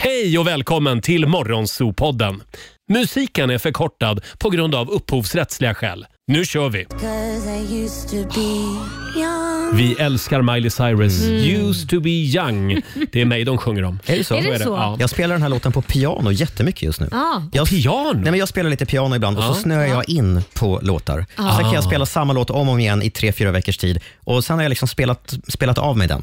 Hej och välkommen till Morgonzoo-podden. Musiken är förkortad på grund av upphovsrättsliga skäl. Nu kör vi! Vi älskar Miley Cyrus. Used to be young. Det är mig de sjunger om. Är det så? Mm. Är det så? Ja. Jag spelar den här låten på piano jättemycket just nu. Ja. Jag, Piano? nej men jag spelar lite piano ibland och så snöar jag in på låtar. Sen kan jag spela samma låt om och om igen i tre, fyra veckors tid och sen har jag liksom spelat, spelat av mig den.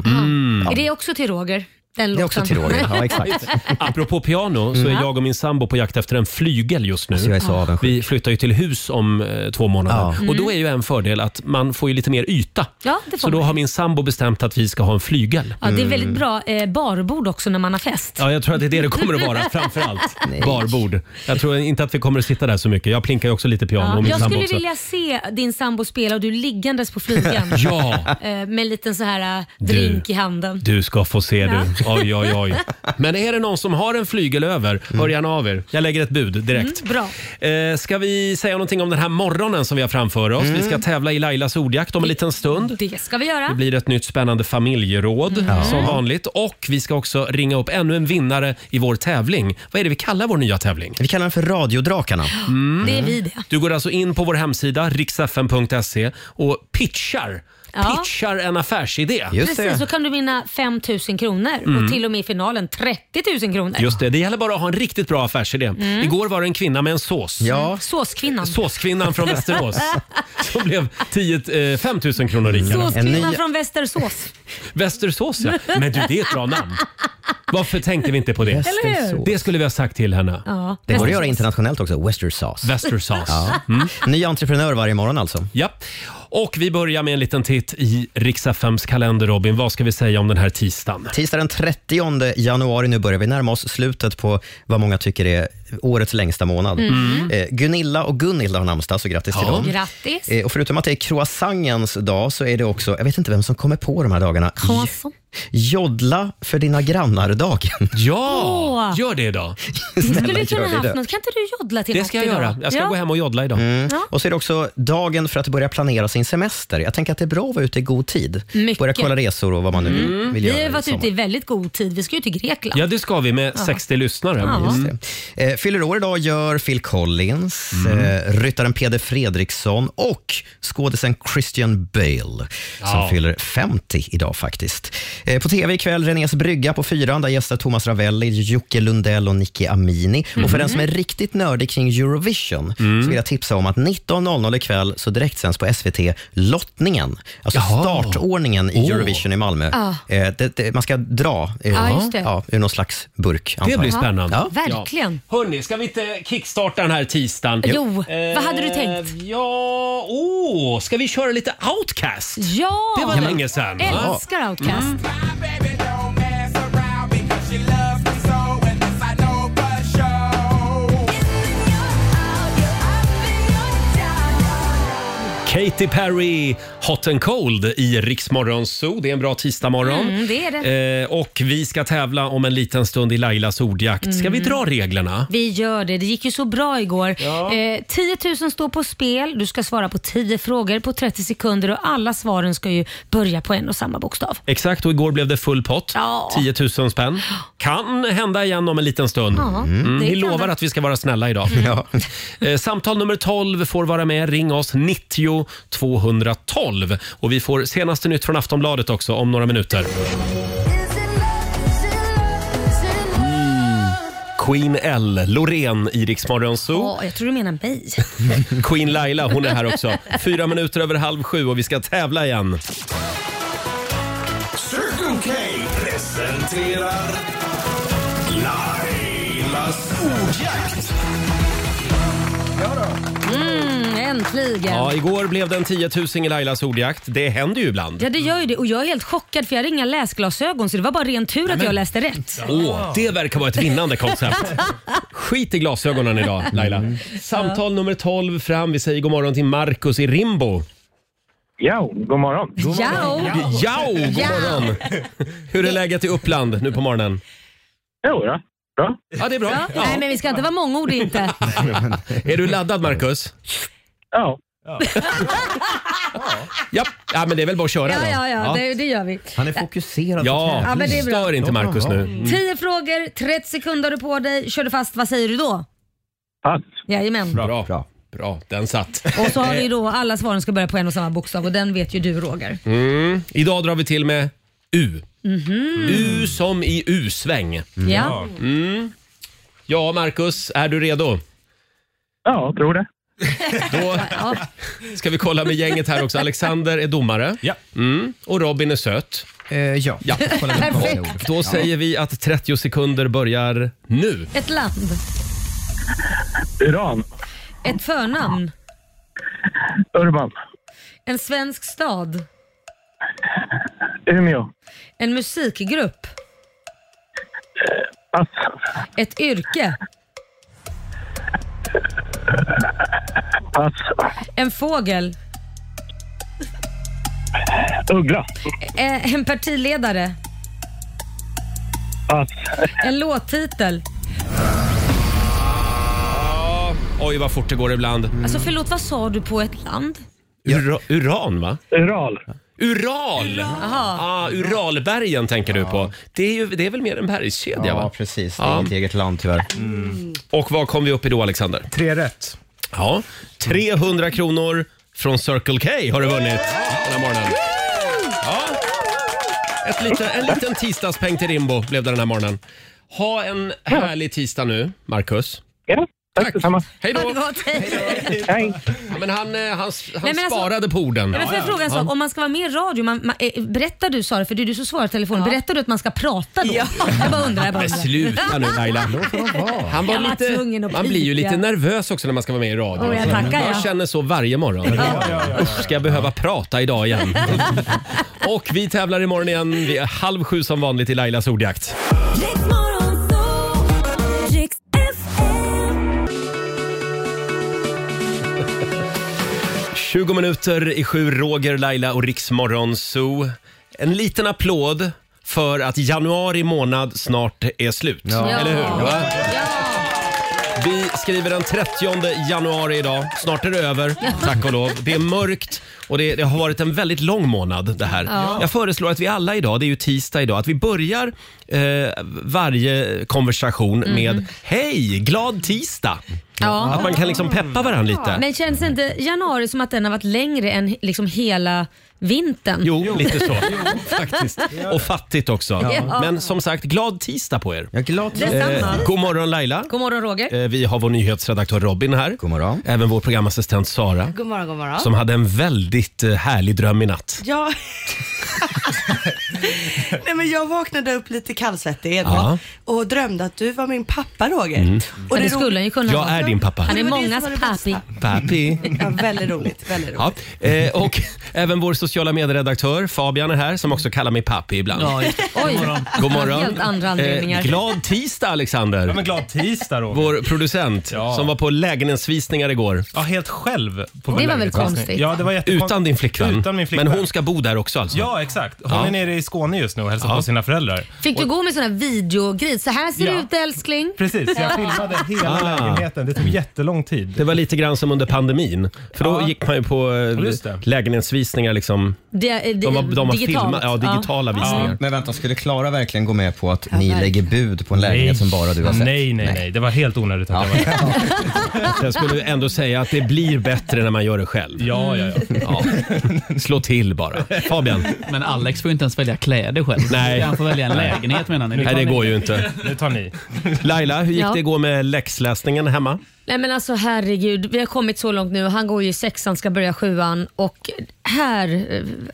Är det också till Roger? Den Det är också till Roger. Ja, exakt. Apropå piano så är jag och min sambo på jakt efter en flygel just nu. Så Alltså, jag är så avundsjuk. Vi flyttar ju till hus om eh, två månader. Ja. Och då är ju en fördel att man får ju lite mer yta. Mm. Ja, det får så då man. har min sambo bestämt att vi ska ha en flygel. Ja, det är Mm. väldigt bra eh, barbord också när man har fest. Mm. Ja, jag tror att det är det det kommer att vara framför allt. Barbord. Jag tror inte att vi kommer att sitta där så mycket. Jag plinkar ju också lite piano och Ja. min Jag sambo skulle också. vilja se din sambo spela och du liggandes på flygeln Ja, eh, med en liten så här eh, drink Du. i handen. du ska få se du. Oj, oj, oj. Men är det någon som har en flygel över, hör gärna av er. Jag lägger ett bud direkt. Mm. Bra. Eh, ska vi säga någonting om den här morgonen som vi har framför oss? Vi Mm. ska tävla i Lailas ordjakt om en liten stund. Det ska vi göra. Det blir ett nytt spännande familjeråd Mm. som vanligt. Och vi ska också ringa upp ännu en vinnare i vår tävling. Vad är det vi kallar vår nya tävling? Vi kallar den för Radiodrakarna. Mm. Det är vi det. Du går alltså in på vår hemsida, riksfn.se och pitchar. Ja. Pitchar en affärsidé. Just Precis, så det. kan du vinna 5 000 kronor Mm. och till och med i finalen 30 000 kronor. Just det, det gäller bara att ha en riktigt bra affärsidé. Mm. Igår var det en kvinna med en sås. Ja, Såskvinnan. Såskvinnan från Västerås som blev 10, eh, 5 000 kronor rikare. En Såskvinnan ny- från Västersås. Västersås ja. Men du, det är ett bra namn. Varför tänkte vi inte på det? Västersås. Det skulle vi ha sagt till henne. Ja, Det går att göra Västersås. internationellt också. Western Sauce. Västersås. Ja. Ny entreprenör varje morgon alltså. Mm. Ja. Och vi börjar med en liten titt i Riks-FMs kalender, Robin. Vad ska vi säga om den här tisdagen? Tisdag den 30 januari, nu börjar vi närma oss slutet på vad många tycker är årets längsta månad. Eh, Gunilla och Gunilla har namnsdag, så grattis till Ja. dem. Mm. Grattis. Eh, och förutom att det är croissangens dag så är det också, jag vet inte vem som kommer på de här dagarna, Croissant. J- joddla för dina grannar-dagen. Ja, Åh. gör det idag. Du Snälla, skulle ju gör kunna det haft då. något. Kan inte du joddla till Det något ska jag idag? göra. Jag ska ja. gå hem och joddla idag. Mm. Och så är det också dagen för att börja planera sin semester. Jag tänker att det är bra att vara ute i god tid. Mycket. Mm. Börja kolla resor och vad man nu vill Vi har göra. liksom. ju i varit ute sommar. i väldigt god tid. Vi ska ju till Grekland. Ja, det ska vi med 60 lyssnare. Ja. Mm. Eh, fyller år idag gör Phil Collins, eh, ryttaren Peder Fredriksson och skådisen Christian Bale Ja. som fyller 50 idag faktiskt. Eh, på tv ikväll Renés brygga på fyran. Där gästar Thomas Ravelli, Jocke Lundell och Nicky Amini. Och Mm. för den som är riktigt nördig kring Eurovision så vill jag tipsa om att 19.00 ikväll så direktsänds på SVT lottningen. Alltså Jaha. startordningen i Åh. Eurovision i Malmö. Ah. Eh, det, det, man ska dra eh, Ja, just det. ja, ur någon slags burk. antar Det jag. blir spännande. Ja. Verkligen. Ja. Hörni, ska vi inte kickstarta den här tisdagen? Jo, vad hade du Eh, tänkt? Ja, åh, ska vi köra lite Outcast? Ja! Det var Jag länge sedan. Mm. Älskar Outcast. Katy Perry, Hot and Cold i Riksmorgon Zoo. Det är en bra tisdagmorgon. Mm, det är Eh, och vi ska tävla om en liten stund i Lailas ordjakt. Ska Mm. vi dra reglerna? Vi gör det. Det gick ju så bra igår. Eh, 10 000 står på spel. Du ska svara på 10 frågor på 30 sekunder och alla svaren ska ju börja på en och samma bokstav. Exakt, och igår blev det full pott. Ja. 10 000 spänn. Kan hända igen om en liten stund. Mm. Ja, det Vi kan lovar det. att vi ska vara snälla idag. Ja. Eh, Samtal nummer 12 får vara med. Ring oss 90 212. Och vi får senaste nytt från Aftonbladet också om några minuter. Mm. Queen L, Loreen i Rix Morgon Zoo. Åh, jag tror du menar mig. Queen Laila, hon är här också. Fyra minuter över halv sju och vi ska tävla igen. Circle K presenterar Lailas ordjakt. Mm, äntligen. Ja, Ja. igår blev det en 10 000 i Lailas ordjakt. Det händer ju ibland. det gör ju det och jag är helt chockad för jag hade inga läsglasögon så det var bara ren tur att jag läste rätt. Åh, det verkar vara ett vinnande koncept. Skit i glasögonen idag, Laila. Mm. Samtal nummer 12 fram. Vi säger god morgon till Marcus i Rimbo. Ja, god morgon. Ja. Ja, god Ja. morgon! Hur är läget i Uppland nu på morgonen? Jo, ja. Bra. Ja, det är bra. Ja. Ja. Nej men vi ska inte vara mångordiga inte. Är du laddad, Marcus? Ja. Ja, ja, men det är väl bara att köra Ja, då. ja, ja, det, det gör vi. Han är fokuserad på Ja, Ja, men det är bra. stör inte Markus nu. Mm. 10 frågor, 30 sekunder har du på dig. Kör du fast, vad säger du då? Pass. Jajamän. Bra, bra. Bra. Bra, den satt. Och så har vi då alla svaren ska börja på en och samma bokstav och den vet ju du Roger. Mm. Idag drar vi till med U. Mhm. U som i U-sväng. Mm. Mm. Ja. Ja, Markus, är du redo? Ja, tror det. Då ja. ska vi kolla med gänget här också. Alexander är domare Ja. mm. och Robin är söt. Eh, ja. Ja. Kolla upp Perfekt. vanliga ord. Då säger vi att 30 sekunder börjar nu. Ett land. Uran. Ett förnamn. Urban. En svensk stad. Umeå. En musikgrupp. Pass. Ett yrke. Pass. En fågel. Uggla. Eh, En partiledare. Pass. En låttitel. Oj, vad fort det går ibland. Alltså förlåt, vad sa du på ett land? Ura- uran, va? Ural. Ural! Ah, Uralbergen tänker du på. Det är, ju, det är väl mer en bergskedja, Ja, va? precis. Det Ja. Mm. är inte eget land tyvärr. Och vad kom vi upp i då, Alexander? Tre rätt. Ja, 300 kronor från Circle K har du vunnit den här morgonen. Ja. Ett lite, en liten tisdagspeng till Rimbo blev det den här morgonen. Ha en härlig tisdag nu, Marcus. Ja, tack detsamma. Hej Ha då! det gott, hej. Hej. Ja, Men han, eh, han, han men alltså- sparade på orden. Men får jag fråga en sak? Om man ska vara med i radio, man, man, eh, berättar du Sara, för det är du som svarar i telefon, berättar du att man ska prata då? Jag bara undrar. Jag bara Men undrar. sluta nu Laila. Han var Jag var tvungen lite, att man blir ju pika. lite nervös också när man ska vara med i radio. Oh, jag tackar, ja. jag känner så varje morgon. Usch, Ska jag behöva prata idag igen? Och vi tävlar imorgon igen. Vi är halv sju som vanligt i Lailas ordjakt. Riks-FM. 20 minuter i sju, Roger, Laila och Riksmorgon Zoo. En liten applåd för att januari månad snart är slut. Eller hur? Va? Vi skriver den 30 januari idag. Snart är det över, tack och lov. Det är mörkt och det, det har varit en väldigt lång månad det här. Jag föreslår att vi alla idag, det är ju tisdag idag, att vi börjar eh, varje konversation med Hej, glad tisdag! Mm. Ja. Att man kan liksom peppa varandra lite. Men känns inte januari som att den har varit längre än liksom hela vintern? Jo, lite så. Faktiskt. Och fattigt också. Ja. Men som sagt, glad tisdag på er. Eh, Jag är glad till Detsamma. God morgon Laila. God morgon Roger. Eh, Vi har vår nyhetsredaktör Robin här. God morgon. Även vår programassistent Sara. God morgon, god morgon. Som hade en väldigt eh, härlig dröm i natt. Ja. Nej, men jag vaknade upp lite kallsvettig idag Ja. Mm. och drömde att du var min pappa Roger. Och Men det ro- skulle han ju kunna Jag vara. är din pappa. Han är Det var det mångas som var det pappi. bästa. Papi. Ja, väldigt roligt. Väldigt roligt. Ja. Eh, Och även vår sociala medieredaktör Fabian är här som också kallar mig pappi ibland. Oj, God morgon. Helt andra anledningar. Eh, glad tisdag Ja, Alexander. men glad tisdag Roger. Vår producent Ja. som var på lägenhetsvisningar igår. Ja, helt själv. På var väl lägenhetsvisning. konstigt? Ja, det var jättekon- Utan din flickvän. Utan min flickvän. Men hon ska bo där också alltså? Ja, exakt. Hon Ja. är nere i Skåne just nu och hälsar Ja. på sina föräldrar. Fick du gå med sån här videogrej? Så här ser det Ja. ut älskling. Precis, jag filmade hela Ah. lägenheten. Det tog jättelång tid. Det var lite grann som under pandemin. För då Ja. gick man ju på eh, just det. lägenhetsvisningar liksom. Det, eh, det, De var, de var digitalt. filma, ja, digitala visningar. Men vänta, skulle Klara verkligen gå med på att ni lägger bud på en lägenhet som bara du har sett? Nej, nej, nej. Det var helt onödigt att jag var där. Jag skulle ändå säga att det blir bättre när man gör det själv. Ja, ja, ja. Ja. Slå till bara. Fabian, Men Alex får ju inte ens välja kläder själv. Nej. Han får välja en lägenhet menar ni? nej det går ju inte. Nu tar ni. Laila, hur gick Ja. det igår med läxläsningen hemma? Nej men alltså herregud, vi har kommit så långt nu. Han går ju i sexan, ska börja sjuan och här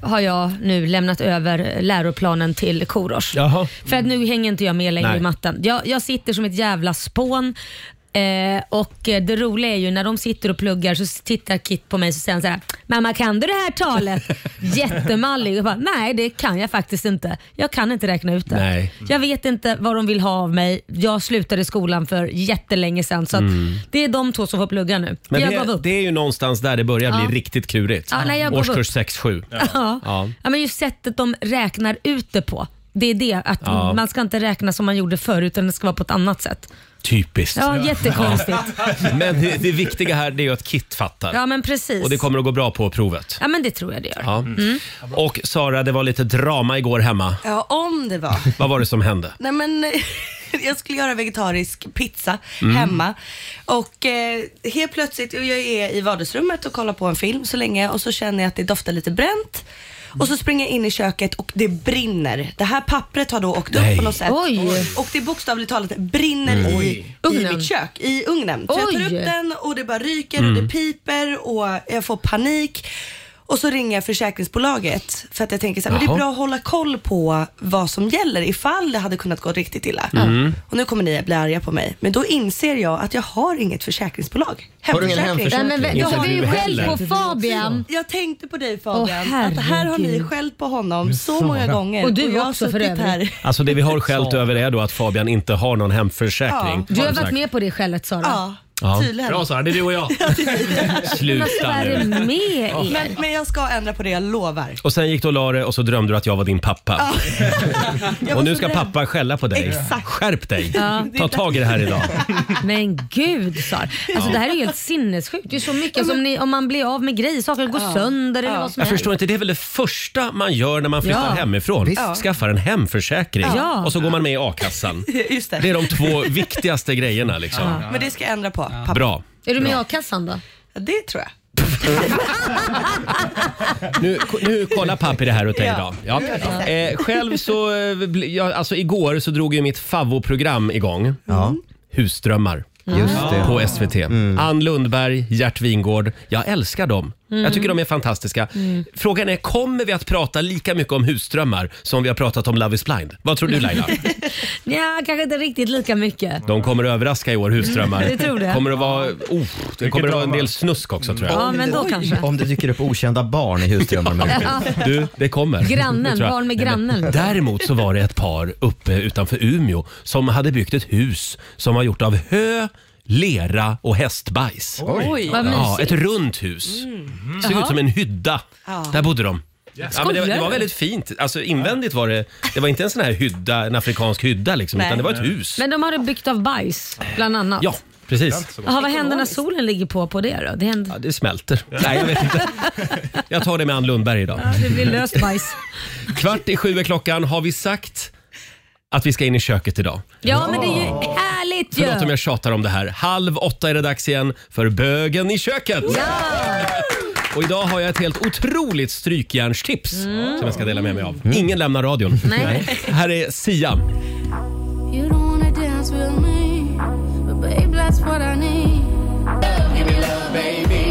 eh, har jag nu lämnat över läroplanen till Korosh. Jaha. För att nu hänger inte jag med längre Nej. i matten. Jag, jag sitter som ett jävla spån. Eh, och eh, det roliga är ju när de sitter och pluggar så tittar Kit på mig och säger han så här, “Mamma kan du det här talet?” Jättemallig. Jag bara, “Nej det kan jag faktiskt inte. Jag kan inte räkna ut det. Nej. Jag vet inte vad de vill ha av mig. Jag slutade skolan för jättelänge sedan så att Mm. det är de två som får plugga nu. Men jag det, gav upp. det är ju någonstans där det börjar bli riktigt klurigt. Ja, nej, jag gav Årskurs upp. 6-7. Ja. Ja. Ja. men just sättet de räknar ut det på. Det är det, att Ja. man ska inte räkna som man gjorde förr utan det ska vara på ett annat sätt. Typiskt. Ja, jättekonstigt. Men det, det viktiga här det är ju att Kit fattar. Ja, men precis. Och det kommer att gå bra på provet. Ja, men det tror jag det gör. Ja. Mm. Och Sara, det var lite drama igår hemma. Ja, om det var. Vad var det som hände? Nej men, jag skulle göra vegetarisk pizza Mm. hemma och eh, helt plötsligt, och jag är i vardagsrummet och kollar på en film så länge och så känner jag att det doftar lite bränt. Och så springer jag in i köket och det brinner. Det här pappret har då åkt upp Nej. på något sätt. Oj. Och det bokstavligt talat brinner i, i Ugnen. mitt kök, i ugnen. Så jag tar Oj. upp den och det bara ryker Mm. och det piper och jag får panik. Och så ringer jag försäkringsbolaget för att jag tänker så här, men det Jaha. är bra att hålla koll på vad som gäller ifall det hade kunnat gå riktigt illa. Mm. Och nu kommer ni att bli arga på mig, men då inser jag att jag har inget försäkringsbolag. Har du ingen Nej, hemförsäkring? men vä- Inte jag har du ju själv heller. på Fabian. Jag tänkte på dig Fabian, Åh, att här har ni herregud. skällt på honom så många gånger. Och du jag har också, för suttit övrigt. här. Alltså det vi har skällt över är då att Fabian inte har någon hemförsäkring. Du har Som varit sagt. med på det skälet Sara. Ja, Ja. tydligen. Bra Sara, det är du och jag. Men vad Sluta är det nu. med er? Men, men jag ska ändra på det, jag lovar. Och sen gick du och la dig och så drömde du att jag var din pappa. Jag var Och nu så ska rädd. pappa skälla på dig. Exakt. Skärp dig. Ta tag i det här idag. Men gud Sara. Alltså, Det här är helt sinnessjukt. Det är så mycket som ni, om man blir av med grejer, saker går sönder eller vad som Jag helst. förstår inte, det är väl det första man gör när man flyttar Ja. hemifrån? Skaffar en hemförsäkring Ja. och så går man med i a-kassan. Just det. Det är de två viktigaste grejerna liksom. Men det ska jag ändra på. Pappa. Bra. Är du med i a-kassan då? Det tror jag. Nu, nu kollar pappi det här åt dig idag. Ja. Eh, själv så, eh, bli- ja, alltså igår så drog ju mitt favvoprogram igång. Ja. Husdrömmar. Just det. Mm. På SVT. Ann Lundberg, Gert Wingård. Jag älskar dem. Mm. Jag tycker de är fantastiska. Mm. Frågan är, kommer vi att prata lika mycket om husdrömmar som vi har pratat om Love is blind? Vad tror du Laila? Ja, kanske inte riktigt lika mycket. De kommer att överraska i år, husdrömmar. Det tror jag. kommer att vara, oh, det kommer att vara en drama. del snusk också tror jag. Ja, men då kanske. Om det dyker upp okända barn i husdrömmarna. Du, det kommer. Grannen, Det tror jag. barn med Nej, men grannen. Däremot så var det ett par uppe utanför Umeå som hade byggt ett hus som var gjort av hö, lera och hästbajs. Oj. Vad Ja, mysigt. ett runt hus. Såg ut som en hydda. Där bodde de. Ja, men det, var, det var väldigt fint. Alltså invändigt var det, det var inte en sån här hydda, en afrikansk hydda liksom, Nej. utan det var ett hus. Men de har det byggt av bajs, bland annat. Ja, precis. Jaha, vad händer när solen ligger på på det då? Det, händer... Ja, det smälter. Nej, jag vet inte. Jag tar det med Ann Lundberg idag. det blir löst bajs. Kvart i sju är klockan. Har vi sagt att vi ska in i köket idag? Ja, men det är ju härligt ju! Förlåt om jag tjatar om det här. Halv åtta är det dags igen för Bögen i köket. Ja. Och idag har jag ett helt otroligt strykjärnstips som jag ska dela med mig av. Ingen lämnar radion. Mm. Nej. Här är Sia. You don't wanna dance with me, but babe, that's what I need. Love, give me love, baby.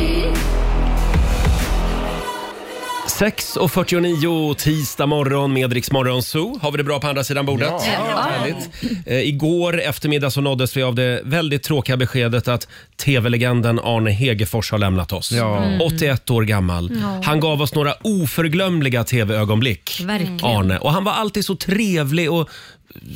6.49 tisdag morgon med Rix Morgon Zoo. Har vi det bra på andra sidan bordet? Härligt. Eh, igår eftermiddag så nåddes vi av det väldigt tråkiga beskedet att tv-legenden Arne Hegerfors har lämnat oss. 81 år gammal. Han gav oss några oförglömliga tv-ögonblick. Verkligen. Arne. Och han var alltid så trevlig och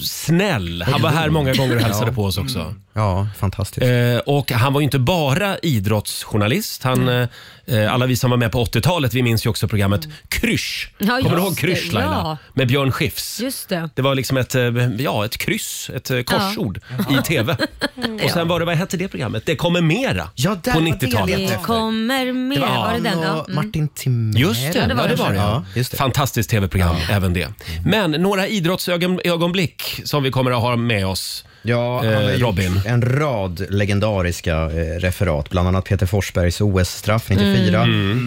snäll. Han var här många gånger och hälsade på oss också. Ja, fantastiskt. Eh, och han var ju inte bara idrottsjournalist. Han, Mm. eh, eh, alla vi som var med på 80-talet, vi minns ju också programmet Krysch. Ja, Kommer du just ihåg Krysch det, ja. Laila? Med Björn Schiffs. Just det. Det var liksom ett, eh, ja, ett kryss, ett eh, korsord i TV. Mm. Och sen var det, vad hette det programmet? Det kommer mera Ja, där på var det 90-talet. lite. Det kommer mer. var- Var det den? Mm. Ja. Och Martin Timell. Just det, ja, det var det. Ja, just det. Fantastiskt tv-program, även det. Men några idrottsögonblick som vi kommer att ha med oss. Ja, han har Eh, gjort Robin. en rad legendariska eh, referat, bland annat Peter Forsbergs OS-straff 94, Mm.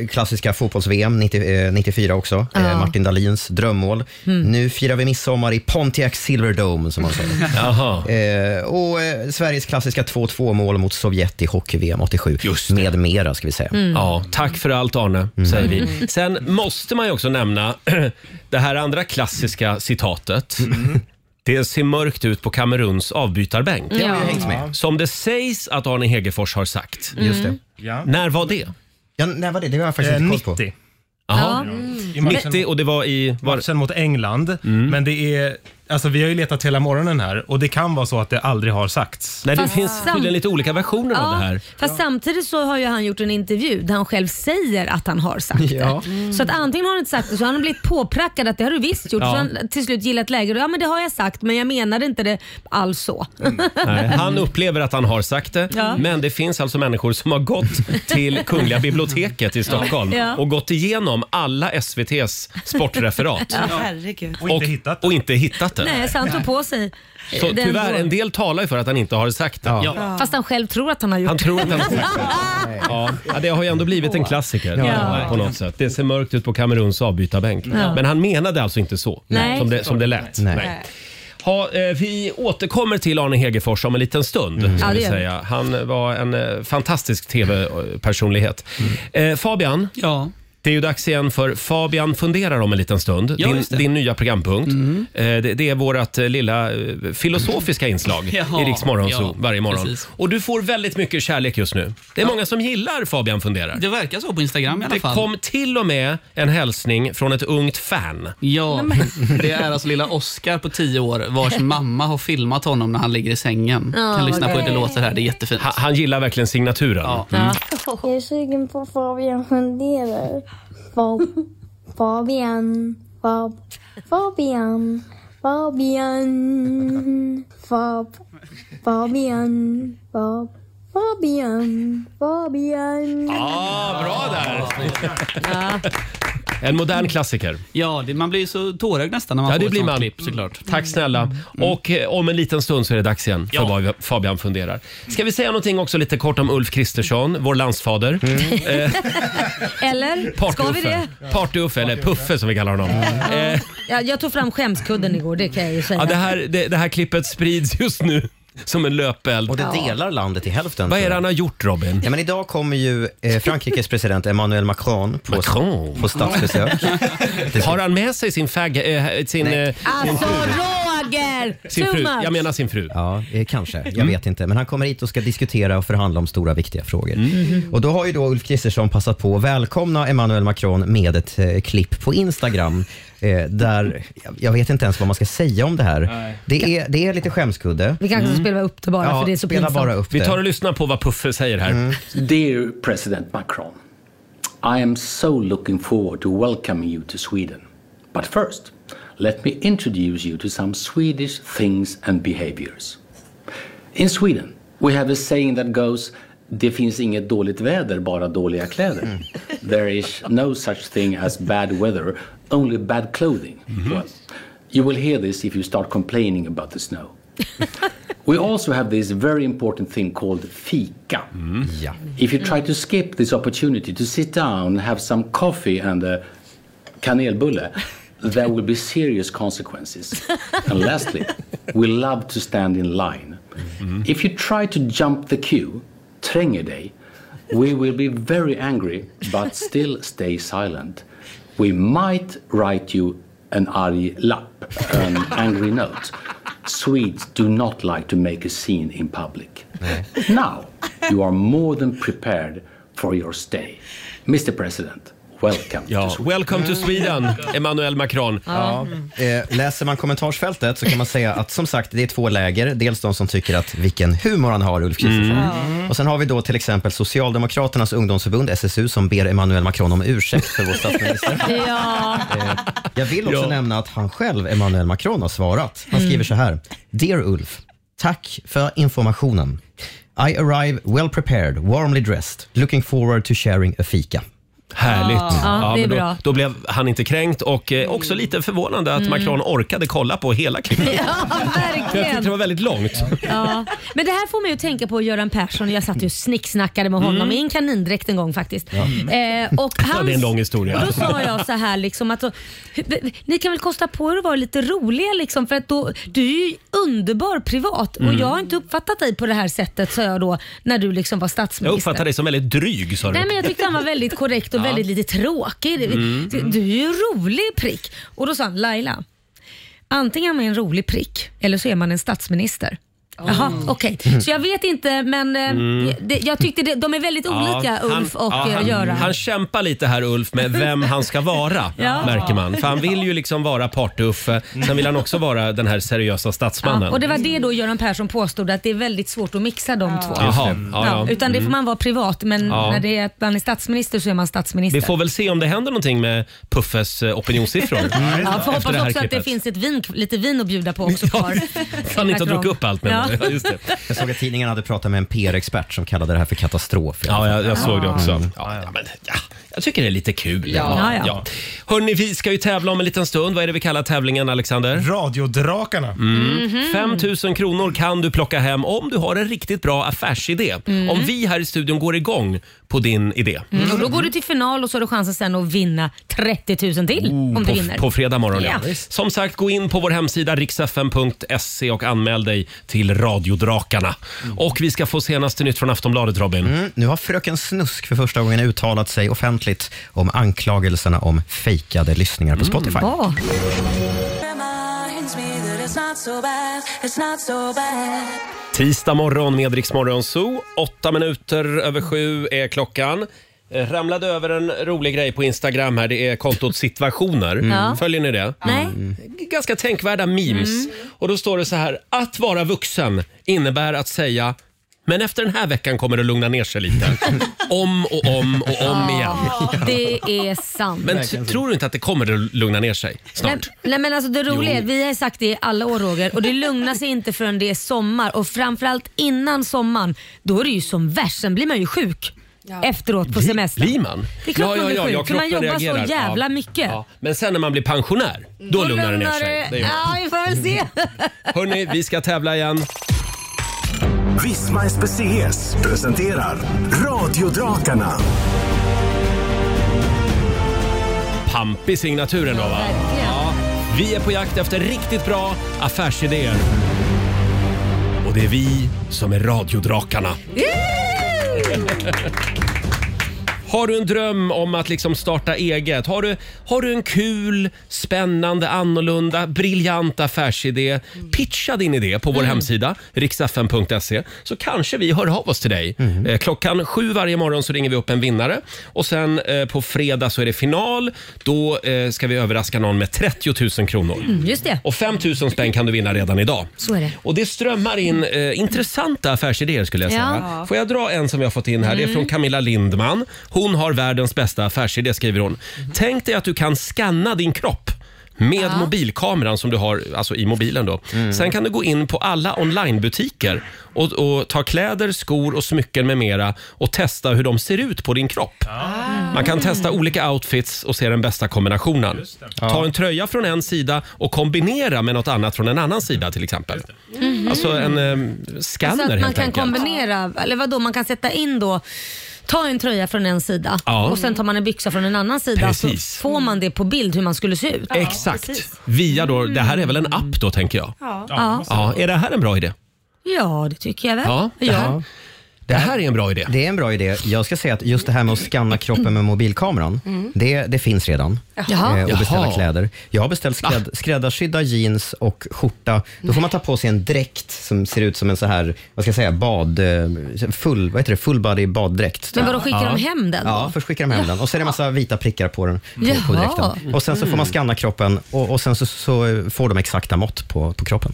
eh, klassiska fotbolls-VM 90, eh, 94 också, eh, Martin Dahlins drömmål. Nu firar vi midsommar i Pontiac Silverdome, som man säger. Jaha. Eh, och eh, Sveriges klassiska 2-2-mål mot Sovjet i hockey-VM 87, Just det. med mera ska vi säga. Ja, tack för allt Arne, Mm. säger vi. Sen måste man ju också nämna det här andra klassiska citatet. Mm. Det ser mörkt ut på Kameruns avbytarbänk. Ja. Hängt med. Som det sägs att Arne Hegerfors har sagt. Mm. Just Mm. det. Ja. När var det? Ja, när var det? Det har jag faktiskt Eh, inte koll på. 90. Jaha. Mm. I matchen, 90 och det var Mm. i... Var, matchen mot England. Men det är Alltså vi har ju letat hela morgonen här och det kan vara så att det aldrig har sagts. Nej, det Fast finns sam- tydligen lite olika versioner Ja, Fast samtidigt så har ju han gjort en intervju där han själv säger att han har sagt Ja. det. Så att antingen har han inte sagt det så har han blivit påprackad att det har du visst gjort. Ja. Så han till slut gillat läget och ja men det har jag sagt men jag menade inte det alls så. Mm. Nej, han upplever att han har sagt det, Ja. men det finns alltså människor som har gått till Kungliga biblioteket i Stockholm Ja. och gått igenom alla SVTs sportreferat. Ja, herregud. Och, inte hittat det. och inte hittat det. Nej, så han tog på sig Så den tyvärr, rollen. en del talar ju för att han inte har sagt det. Ja. Fast han själv tror att han har gjort Han tror att det. han- Ja. Ja, det har ju ändå blivit en klassiker Ja. på något sätt. Det ser mörkt ut på Kameruns avbytarbänk. Ja. Men han menade alltså inte så, Nej. Som, det, som det lät. Nej. Ha, eh, vi återkommer till Arne Hegerfors om en liten stund. Mm. Ja, Ska det vi gör vi. säga. Han var en eh, fantastisk tv-personlighet. Mm. Eh, Fabian, ja. det är ju dags igen för Fabian funderar om en liten stund. Ja, din, just det. Mm. din nya programpunkt. Eh, det, det är vårt eh, lilla eh, filosofiska inslag Jaha, i Riks Morgonzoo ja, varje morgon. precis. Och du får väldigt mycket kärlek just nu. Det är många som gillar Fabian funderar. Det verkar så på Instagram i alla Det fall. kom till och med en hälsning från ett ungt fan. Ja, det är alltså lilla Oscar på 10 år vars mamma har filmat honom när han ligger i sängen. Ja, kan lyssna på hur det okej. låter här, det är jättefint. Han, han gillar verkligen signaturen. Mm. Jag är sugen på Fabian funderar. Fab, Fabian, Fab, Fabian, Fabian, Fab, Fabian, Fab, Fabian, Fabian. Ja, Ah, bra där! En modern klassiker. Ja, det, man blir ju så tårögd nästan när man Ja, får det ett blir sånt man. Mm. klipp såklart. Mm. Tack snälla. Och eh, om en liten stund så är det dags igen för vad Fabian funderar. Ska vi säga någonting också lite kort om Ulf Kristersson, vår landsfader? Mm. Eh, Eller? Ska vi Party-Uffe, det? Party-Uffe, eller Puffe som vi kallar honom. Eh, Ja, jag tog fram skämskudden igår, det kan jag ju säga. ja, det, här, det, det här klippet sprids just nu som en löpeld. Och det delar landet i hälften. Vad är tror det jag. han har gjort Robin? Ja, men idag kommer ju eh, Frankrikes president Emmanuel Macron på, på statsbesök. Har han med sig sin fag... eh, sin, eh, Alltså Roger! Sin too fru. much. Jag menar sin fru. Mm. Ja, eh, kanske. Jag vet inte. Men han kommer hit och ska diskutera och förhandla om stora viktiga frågor. Mm. Och då har ju då Ulf Kristersson passat på att välkomna Emmanuel Macron med ett eh, klipp på Instagram. Eh, där, jag- jag vet inte ens vad man ska säga om det här. Det är, det är lite skämskudde. Vi kanske Mm. ska spela upp det bara Ja, för det är så spela pinsamt. bara upp Vi det. tar och lyssnar på vad Puffe säger här. Mm. Dear President Macron, I am so looking forward to welcoming you to Sweden. But first, let me introduce you to some Swedish things and behaviors. In Sweden, we have a saying that goes Det finns inget dåligt väder, bara dåliga kläder. There is no such thing as bad weather, only bad clothing. Well, you will hear this if you start complaining about the snow. we also have this very important thing called fika. Ja. If you try to skip this opportunity to sit down, have some coffee and a kanelbulle, there will be serious consequences. and lastly, we love to stand in line. If you try to jump the queue, tränger dig, we will be very angry but still stay silent. We might write you an arg lapp, an angry note. Swedes do not like to make a scene in public. Now you are more than prepared for your stay. Mr President, welcome. Ja. Welcome to Sweden, Emmanuel Macron. Ja. Eh, läser man kommentarsfältet så kan man säga att som sagt, det är två läger. Dels de som tycker att vilken humor han har, Ulf Kristersson. Mm. Och sen har vi då till exempel Socialdemokraternas ungdomsförbund, SSU, som ber Emmanuel Macron om ursäkt för vår statsminister. Ja. Jag vill också nämna att han själv, Emmanuel Macron, har svarat. Han Mm. skriver så här. Dear Ulf, tack för informationen. I arrive well prepared, warmly dressed, looking forward to sharing a fika. Härligt. Ja, men det är då, bra. Mm. då blev han inte kränkt och eh, också lite förvånande att Macron orkade kolla på hela klippet. ja, Jag tyckte verkligen. det var väldigt långt. Ja. Men det här får mig att tänka på Göran Persson. Jag satt ju och snicksnackade med honom i en kanindräkt en gång faktiskt. Eh, och hans, Mm. Ja, det är en lång historia. Och då sa jag så här liksom att då, "Hu- ni kan väl kosta på er att vara lite roliga liksom för att då, du är ju underbar privat Mm. och jag har inte uppfattat dig på det här sättet sa jag då när du liksom var Jag statsminister. uppfattade dig som väldigt dryg sa Nej, du. men jag tyckte han var väldigt korrekt och Ja. Mm. väldigt lite tråkig. Du, du är ju rolig prick. Och då sa han, Laila, antingen är man en rolig prick eller så är man en statsminister. Jaha, okej. Så jag vet inte, men eh, Mm. det, jag tyckte det, de är väldigt olika, Ulf och ja, eh, han, Göran. Han kämpar lite här Ulf med vem han ska vara, Ja. märker man. För han vill ju liksom vara party-Uffe, sen vill han också vara den här seriösa statsmannen. Ja, och det var det då Göran Persson påstod att det är väldigt svårt att mixa de två. Jaha, ja, ja. Utan det får Mm. man vara privat men Ja. när det är att man är statsminister så är man statsminister. Vi får väl se om det händer någonting med Puffes eh, opinionssiffror. Ja, får hoppas efter det också här att det klippet. finns ett vin, lite vin att bjuda på också kvar. Han inte har druckit upp allt, men- Ja. ja, just det. Jag såg att tidningen hade pratat med en PR-expert som kallade det här för katastrof. Ja, jag, jag såg det också. Mm. Ja, ja, men, ja, jag tycker det är lite kul. Ja. Ja, ja. Hörni, vi ska ju tävla om en liten stund. Vad är det vi kallar tävlingen, Alexander? Radiodrakarna. Mm. Mhm. 5 000 kronor kan du plocka hem om du har en riktigt bra affärsidé. Mm. Om vi här i studion går igång på din idé. Mm. Och då går du till final och så har du chansen sen att vinna 30 000 till om du Oh, På, vinner. på fredag morgon. Ja. Ja. Som sagt, gå in på vår hemsida riksfn.se och anmäl dig till Radiodrakarna. Mm. Och vi ska få senaste nytt från Aftonbladet, Robin. Mm, nu har fröken Snusk för första gången uttalat sig offentligt om anklagelserna om fejkade lyssningar Mm. Mm. på Spotify. Mm, Reminds me that it's not so bad, it's not so bad. Tisdag morgon med Rix Morgon Zoo. Åtta minuter över sju är klockan. Eh, Ramlade över en rolig grej på Instagram här. Det är kontot situationer. Mm. Ja. Följer ni det? Mm. Nej. Mm. G- Ganska tänkvärda memes. Och då står det så här. Att vara vuxen innebär att säga men efter den här veckan kommer det lugna ner sig lite. om och om och om igen. Det är sant. Men t- tror du inte att det kommer att lugna ner sig snart? Nej, nej men alltså det roliga är, Jo. vi har sagt det i alla år Roger och det lugnar sig inte förrän det är sommar och framförallt innan sommaren då är det ju som värst, sen blir man ju sjuk efteråt på semestern. Blir man? Det är klart man blir sjuk, för man kroppen jobbar reagerar. så jävla mycket. Men sen när man blir pensionär, då lugnar det ner sig. Det gör det. Ja, vi får väl se. Hörni, vi ska tävla igen. Quizmice BCS presenterar Radiodrakarna. Pampig signaturen då va? Ja, vi är på jakt efter riktigt bra affärsidéer. Och det är vi som är radiodrakarna. Har du en dröm om att liksom starta eget? Har du, har du en kul, spännande, annorlunda, briljant affärsidé? Pitcha din idé på vår hemsida, riksfn.se, så kanske vi hör av oss till dig. Eh, Klockan sju varje morgon så ringer vi upp en vinnare och sen eh, på fredag så är det final. Då eh, ska vi överraska någon med 30 000 kronor. Mm, just det, Och 5 000 spänn kan du vinna redan idag. så är det. Och det strömmar in eh, intressanta affärsidéer skulle jag säga. Mm. Ja. Får jag dra en som vi har fått in här? Det är Mm. från Camilla Lindman. Hon har världens bästa affärsidé skriver hon. Mm. Tänk dig att du kan scanna din kropp med Ja. mobilkameran som du har alltså i mobilen. Då. Mm. Sen kan du gå in på alla onlinebutiker och, och ta kläder, skor och smycken med mera och testa hur de ser ut på din kropp. Ah. Man kan testa olika outfits och se den bästa kombinationen. Ta en tröja från en sida och kombinera med något annat från en annan sida till exempel. Mhm. Alltså en eh, skanner alltså att man helt kan enkelt. kombinera, eller vadå, man kan sätta in då Ta en tröja från en sida Ja. och sen tar man en byxa från en annan sida Precis. så får man det på bild hur man skulle se ut. Exakt. Via då, det här är väl en app då tänker jag. Ja. Ja. Ja, är det här en bra idé? Ja, det tycker jag väl. Ja, det här- Det här är en bra idé. Det är en bra idé. Jag ska säga att just det här med att skanna kroppen med mobilkameran, Mm. det, det finns redan. Jaha. Eh, och beställa Jaha. kläder. Jag har beställt skräd, skräddarsydda jeans och skjorta. Då får man ta på sig en dräkt som ser ut som en så här, vad ska jag säga, bad, eh, full, vad heter det, full body baddräkt. Men vadå, skickar de hem den då? Ja, först skickar de hem den och så är det en massa vita prickar på den. På, på Jaha. Mm. dräkten. Och sen så får man skanna kroppen och, och sen så, så får de exakta mått på, på kroppen.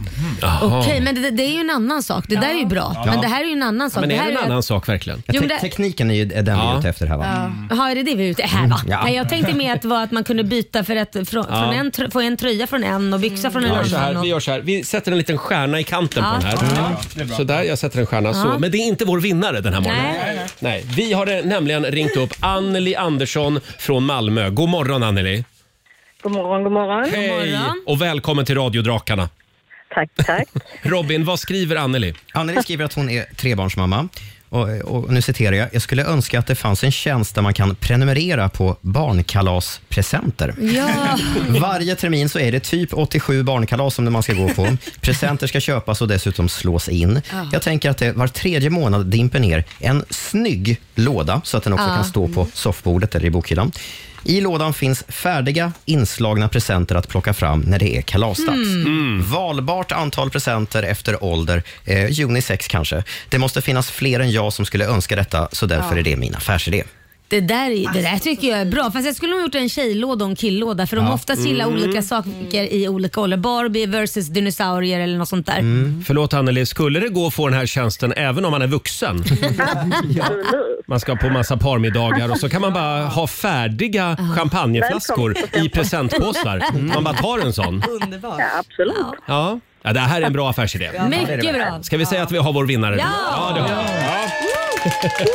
Okej, men det, det är ju en annan sak. Det där är ju bra. Ja. Men det här är ju en annan sak. men är här det en ju- annan sak verkligen? Jo, men det- Tekniken är ju är den vi är ute efter här va? Jaha, är det det vi är ute här va? Mm, ja. Nej, jag tänkte mer att, det var att man kunde byta för att från, Ja. från en, trö- få en tröja från en och byxa från Vi en gör, så annan. här, Och... vi gör så här, vi sätter en liten stjärna i kanten Ja. på den Ja, det är här. bra. Det är bra. Så där, jag sätter en stjärna Ja. så. Men det är inte vår vinnare den här morgonen. Nej. Nej, vi har eh, nämligen ringt upp Anneli Andersson från Malmö. God morgon Anneli God morgon, god morgon. Hej. och välkommen till Radiodrakarna. Tack, tack. Robin, vad skriver Anneli? Anneli skriver att hon är trebarnsmamma. Och, och nu citerar jag. Jag skulle önska att det fanns en tjänst där man kan prenumerera på barnkalaspresenter. Ja. Varje termin så är det typ 87 barnkalas som man ska gå på. Presenter ska köpas och dessutom slås in. Ja. Jag tänker att det var tredje månad dimper ner en snygg låda så att den också Ja. kan stå på soffbordet eller i bokhyllan. I lådan finns färdiga inslagna presenter att plocka fram när det är kalasdags. Mm. Mm. Valbart antal presenter efter ålder, eh, juni 6 kanske. Det måste finnas fler än jag som skulle önska detta, så därför Ja. är det min affärsidé. Det där, är- det där tycker jag är bra. Fast jag skulle nog gjort en tjejlåda och en killlåda för de Ja. oftast gillar Mm. olika saker i olika ålder. Barbie versus dinosaurier eller något sånt där. Mm. Förlåt Anneli, skulle det gå att få den här tjänsten även om man är vuxen? Man ska på massa parmiddagar och så kan man bara ha färdiga champagneflaskor i presentpåsar. Man bara tar en sån. Underbart. Ja, absolut. Ja. Ja, det här är en bra affärsidé. Ja, Mycket det är det verkligen. bra. Ska vi säga att vi har vår vinnare? Ja! det har vi. ja.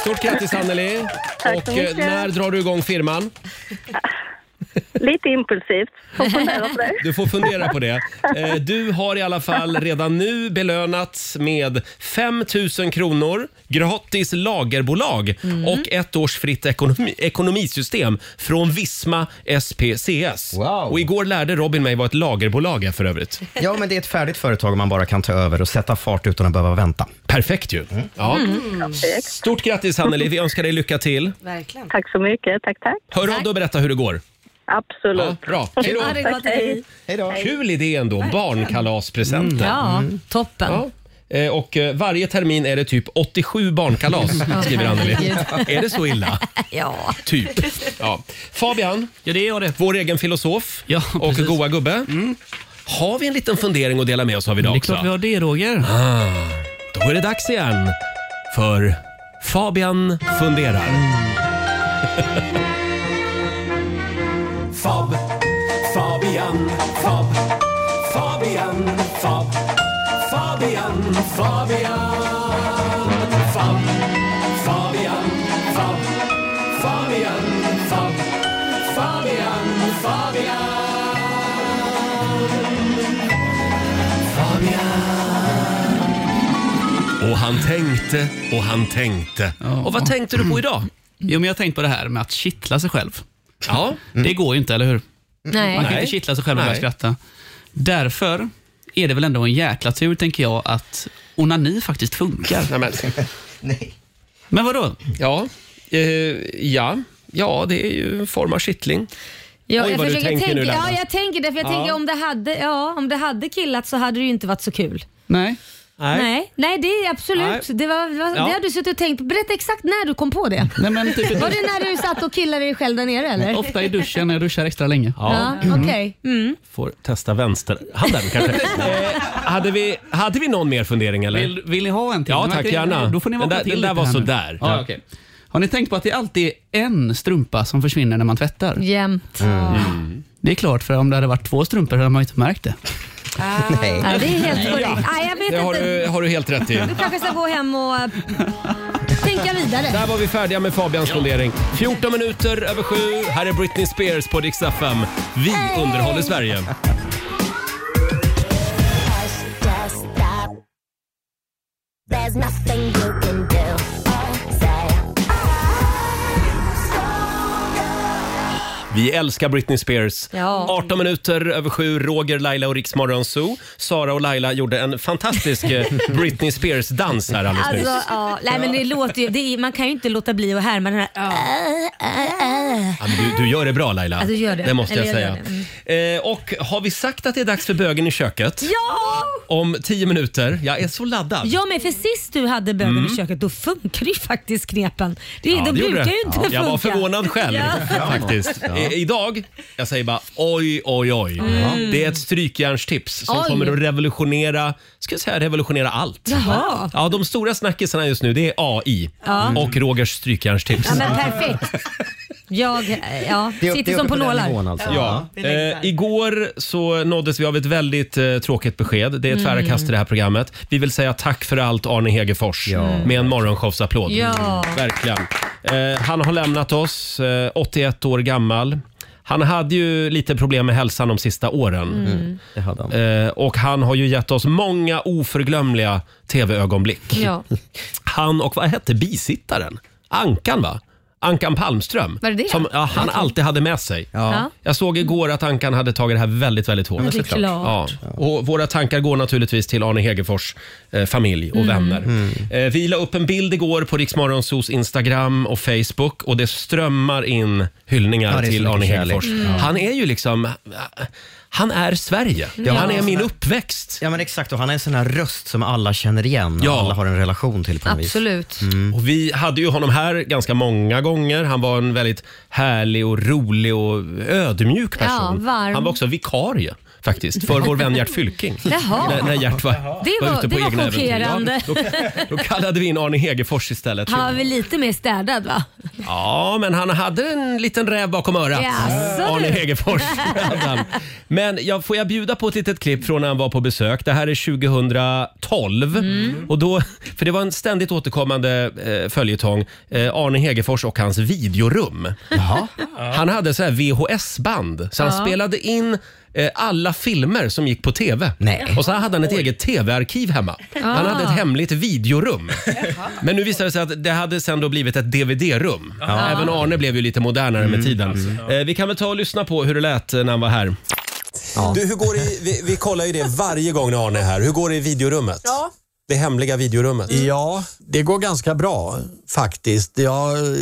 Stort grattis Anneli. Tack så Och eh, mycket. när drar du igång firman? Lite impulsivt. Får fundera på det. Du får fundera på det. Eh, Du har i alla fall redan nu belönats med 5 000 kronor, gratis lagerbolag och ett års fritt ekonomi, ekonomisystem från Visma SPCS. Och igår lärde Robin mig vad ett lagerbolag är för övrigt. Ja, men det är ett färdigt företag man bara kan ta över och sätta fart utan att behöva vänta. Mm. Perfekt ju. Ja. Mm. Mm. Mm. Stort grattis Anneli, vi önskar dig lycka till. Verkligen. Tack så mycket. Tack, tack. Hör av dig och berätta hur det går. Absolut. Ja, bra. Hej då. Tack, hej. Kul idé ändå, barnkalaspresenter. Mm. Mm. Ja, toppen. Eh, Och eh, varje termin är det typ 87 barnkalas, Ja, skriver Anneli. herregud. Är det så illa? Ja. Typ. Ja. Fabian, ja, det är jag det. Mm. vår egen filosof och goa gubbe. Har vi en liten fundering att dela med oss av idag Det är också? klart vi har det Roger. Ah, då är det dags igen för Fabian funderar. Fab, Fabian, Fab, Fabian, Fab, Fabian, Fabian, Fab, Fabian, Fab, Fabian, Fab, Fabian, Fabian, Fabian. Och han tänkte och han tänkte. Och vad tänkte du på idag? Jo, men jag tänkte på det här med att kittla sig själv. Mm. Ja. Det går ju inte, eller hur? Nej. Man kan Nej. inte kittla sig själv med att Nej. skratta. Därför är det väl ändå en jäkla tur, tänker jag, att onani faktiskt funkar. Nej, men. Nej. men vadå? Ja, eh, ja. ja, det är ju en form av kittling. Ja, Oj, jag vad du försöker tänker tänka, nu Laila. Ja, jag tänker det. För jag Ja. tänker om det, hade, ja, om det hade killat så hade det ju inte varit så kul. Nej. Nej, nej det är absolut. Nej. Det, var, det var- Ja. det har du suttit och tänkt på. Berätta exakt när du kom på det. Nej, men typ- Var det när du satt och killade dig själv där nere eller? Ofta i duschen, när jag duschar extra länge. Ja, okej. Mm. Får testa vänsterhanden kanske. eh, hade, vi, hade vi någon mer fundering eller? Vill, vill ni ha en till? Ja Den tack, verkar- gärna. Då får ni den vakna där, till den där lite var här nu. sådär. Ja, okej. Har ni tänkt på att det alltid är en strumpa som försvinner när man tvättar? Jämt. Mm. Det är klart, för om det hade varit två strumpor hade man ju inte märkt det. Nej. Ja, det är helt korrekt. Nej, jag vet Det har inte. du, har du helt rätt i. Du kanske ska gå hem och eh, tänka vidare. Där var vi färdiga med Fabians fundering. 14 minuter över sju. Här är Britney Spears på Dix FM. Vi underhåller Sverige. There's nothing you can do or say. Vi älskar Britney Spears. Ja. 18 minuter över sju, Roger, Laila och Riksmorgon Zoo. Sara och Laila gjorde en fantastisk eh, Britney Spears-dans här alldeles nyss. Alltså, ja, nej, men det låter ju, det är, man kan ju inte låta bli att härma den här... äh, äh, äh. Ja, men du, du gör det bra Laila. Ja, du gör det. Mm. måste jag Eller jag säga. gör Eh, och har vi sagt att det är dags för bögen i köket? Ja! Om 10 minuter. Jag är så laddad. Ja men för sist du hade bögen Mm. i köket då funkar ju faktiskt knepen. Det, Ja, de det gjorde brukar det. ju inte Ja. funka. Jag var förvånad själv Ja. faktiskt. Ja. I, idag, jag säger bara oj, oj, oj. Mm. Det är ett strykjärnstips som Oj. kommer att revolutionera, ska jag säga revolutionera allt. Jaha. Ja, de stora snackisarna just nu det är AI Ja. och Rogers strykjärnstips. Ja, men perfekt. Jag eh, ja, Det är upp- det sitter är som uppe på på den nålar. nivån alltså. Ja. Eh, igår så nåddes vi av ett väldigt eh, tråkigt besked. Det är tvära Mm. kast i det här programmet. Vi vill säga tack för allt Arne Hegerfors med en morgonshowsapplåd. Mm. Ja. Verkligen. Eh, han har lämnat oss, eh, 81 år gammal. Han hade ju lite problem med hälsan de sista åren. Mm. Det hade han. Eh, och han har ju gett oss många oförglömliga tv-ögonblick. Ja. Han och vad hette bisittaren? Ankan va? Ankan Palmström. Var det det? Som ja, han Okej. alltid hade med sig. Ja. Jag såg igår att Ankan hade tagit det här väldigt, väldigt hårt. Ja, det är klart. Ja. Och våra tankar går naturligtvis till Arne Hegerfors eh, familj och Mm. vänner. Eh, vi la upp en bild igår på Riksmorgonsos Instagram och Facebook och det strömmar in hyllningar Ja, det är så till mycket Arne kärlek. Hegerfors. Mm. Han är ju liksom... Han är Sverige. Han är min uppväxt. Ja men exakt och han är en sån här röst som alla känner igen och Ja. alla har en relation till på något vis. Mm. Absolut. Mm. Och vi hade ju honom här ganska många gånger. Han var en väldigt härlig och rolig och ödmjuk person. Ja, varm. Han var också vikarie faktiskt för vår vän Gert Fylking. Jaha. När, när Gert var, Det var, ute på det var egna äventyr. chockerande. Ja, då, då kallade vi in Arne Hegerfors istället. Han var väl lite mer städad va? Ja, men han hade en liten räv bakom örat. Jaså, Arne du? Hegerfors. hade han. men jag, får jag bjuda på ett litet klipp från när han var på besök. Det här är 2012. Mm. Och då, för det var en ständigt återkommande eh, följetong. Eh, Arne Hegerfors och hans videorum. Han hade så här VHS-band, så han Ja. spelade in eh, alla filmer som gick på TV. Och så hade han ett eget TV-arkiv hemma. Ah. Han hade ett hemligt videorum. Men nu visade det sig att det hade sen då blivit ett DVD-rum. Ja. Mm. Även Arne blev ju lite modernare med tiden. Eh, vi kan väl ta och lyssna på hur det lät eh, när han var här. Du, hur går det i, vi, vi kollar ju det varje gång när Arne är här. Hur går det i videorummet? Ja. Det hemliga videorummet? Ja, det går ganska bra faktiskt. Jag eh,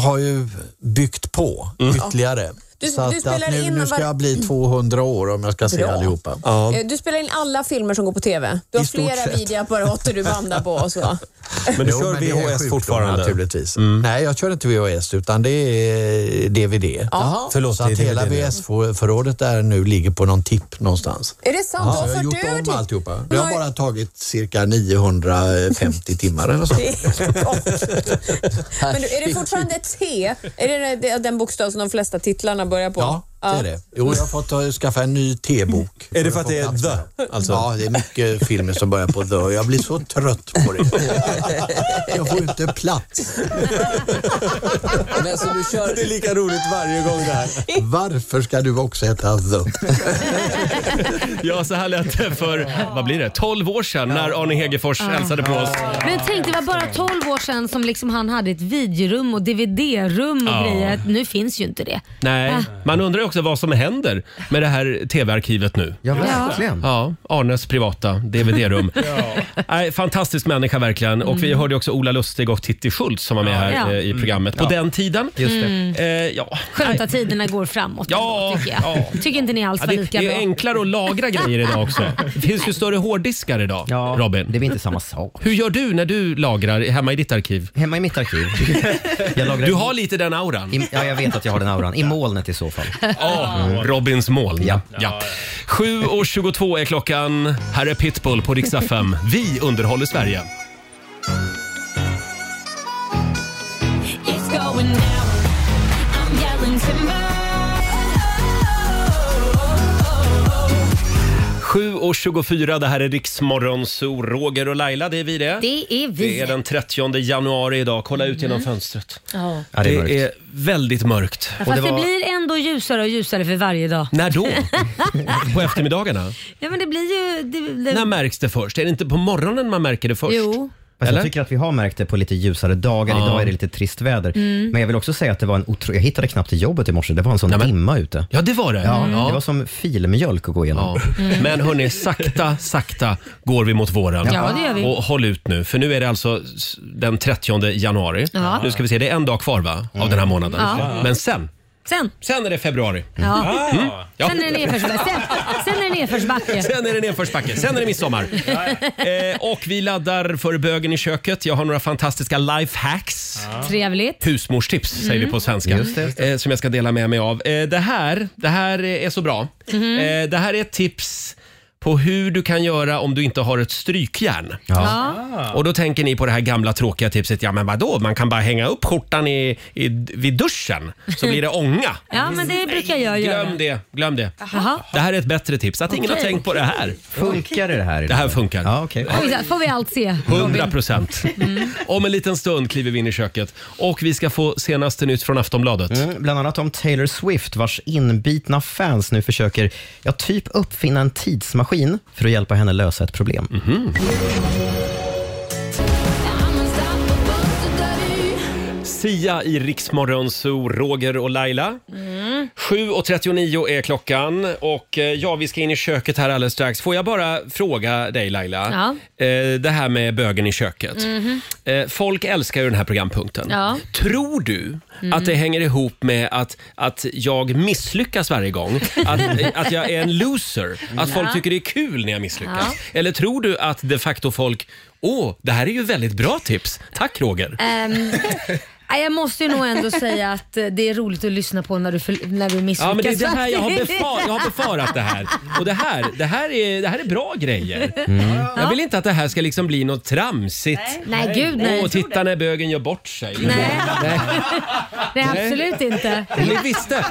har ju byggt på ytterligare. Mm. Du- så du att, spelar att nu, in nu ska var- jag bli 200 år om jag ska se Bra. allihopa. Eh, Du spelar in alla filmer som går på TV. Du har I stort flera sett. videoapparater du bandar på och så. Men du Jo, kör Eh, det är VHS sjukdom fortfarande? Naturligtvis. Mm. Nej, jag kör inte VHS utan det är DVD. Jaha. Förlåt, så att det är hela DVD, ja. VHS-förrådet där nu ligger på någon tipp någonstans. Är det sant? Du Ja, har jag har fört gjort över om till- alltihopa. Det har bara tagit cirka 950 timmar eller så. Det Men du, är det fortfarande T? Är det den- det den bokstav som de flesta titlarna börjar på? Ja, det är det. Jo, jag har fått eh, skaffa en ny T-bok. Är det för att det är the? Alltså, Ja, det är mycket filmer som börjar på the. Jag blir så trött på det. Jag får inte plats. Men så du kör... Det är lika roligt varje gång det här. Varför ska du också heta the? Ja, så här lät det för, vad blir det, 12 år sedan när Arne Hegerfors Ja. hälsade på oss. Men tänk det var bara 12 år sedan som liksom han hade ett videorum och DVD-rum och Ja. grejer. Nu finns ju inte det. Nej, Ah. man undrar ju också vad som händer med det här TV-arkivet nu. Ja, verkligen. Ja, Arnes privata DVD-rum. Nej, fantastisk människa verkligen. Och vi Mm. hörde också Ola Lustig och Titti Schultz som var med här Ja. eh, i Mm. programmet på Ja. den tiden. Just det. Mm. Eh, ja. Skönt att tiderna går framåt Ja, ändå, tycker jag. ja. Tycker inte ni alls Ja, var det, lika det är bra. enklare att lagra grejer idag också. Det finns ju större hårddiskar idag, Robin. Det blir inte samma sak. Hur gör du när du lagrar hemma i ditt arkiv? Hemma i mitt arkiv. Jag lagrar- Du har lite den auran. I, ja, jag vet att jag har den auran. I molnet i så fall. Ja, Robins moln. Ja. Ja. 7.22 är klockan. Här är Pitbull på riksdag 5. Vi underhåller Sverige. It's going down. I'm yelling timber. 7.24, det här är Riksmorgon, så Roger och Laila, det är vi det. Det är vi. Mm. Det är den 30 januari idag. Kolla ut genom fönstret. Ja. Ja, det är det är väldigt mörkt. Ja, Fast det, blir ändå ljusare och ljusare för varje dag. När då? på eftermiddagarna? Ja, men det blir ju... Det, När det... märks det först? Är det inte på morgonen man märker det först? Jo. Fast Eller? jag tycker att vi har märkt det på lite ljusare dagar. Ja. Idag är det lite trist väder. Mm. Men jag vill också säga att det var en otro... Jag hittade knappt till jobbet i morse. Det var en sån dimma ute. Ja, det var det. Mm. Ja, Ja. Det var som filmjölk att gå igenom. Mm. Men hörni, sakta, sakta går vi mot våren. Ja, det gör vi. Och håll ut nu, för nu är det alltså s- den 30 januari. Ja. Nu ska vi se, det är en dag kvar va? Av den här månaden. Ja. Men sen, Sen. sen är det februari. Ja. Mm, ja. Sen är det nedförsbacke. Sen, sen är det nedförsbacke. Sen är det nedförsbacke, sen är det midsommar. Eh, och vi laddar för bögen i köket. Jag har några fantastiska lifehacks. Trevligt. Husmorstips säger Mm. vi på svenska. Just det, just Eh, som jag ska dela med mig av. Eh, det, här, det här är så bra. Mhm. Eh, det här är ett tips på hur du kan göra om du inte har ett strykjärn. Ja. Och då tänker ni på det här gamla tråkiga tipset, ja men vadå, man kan bara hänga upp skjortan i, i, vid duschen så blir det ånga. Ja, men det brukar jag göra. Glöm det, glöm det. Jaha. Det här är ett bättre tips, att ingen har Okej. tänkt på det här. Funkar det här? Det här funkar. Ja, Oj, så får vi allt se. 100 procent. Mm. Om en liten stund kliver vi in i köket och vi ska få senaste nytt från Aftonbladet. Mm, bland annat om Taylor Swift, vars inbitna fans nu försöker ja, typ uppfinna en tidsmaskin för att hjälpa henne lösa ett problem. Mhm. Sia i Riksmorgon Zoo, Roger och Laila. Mm. 7.39 är klockan och eh, ja, vi ska in i köket här alldeles strax. Får jag bara fråga dig Laila, eh, det här med bögen i köket. Mhm. Eh, folk älskar ju den här programpunkten. Ja. Tror du Mm. att det hänger ihop med att, att jag misslyckas varje gång? Att, att jag är en loser? Att folk Ja. tycker det är kul när jag misslyckas? Ja. Eller tror du att de facto folk Åh, det här är ju väldigt bra tips. Tack Roger. Ehm, nej, jag måste ju nog ändå säga att eh, det är roligt att lyssna på när du, för, när du misslyckas. Ja, men det är det här jag har, faktiskt. befar, jag har befarat det här. Och det här, det här, är, det här är bra grejer. Jag vill inte att det här ska liksom bli något tramsigt. Nej, gud, nej. Åh, titta när bögen gör bort sig. Nej. Nej, Nej. absolut inte. Om ni, visste,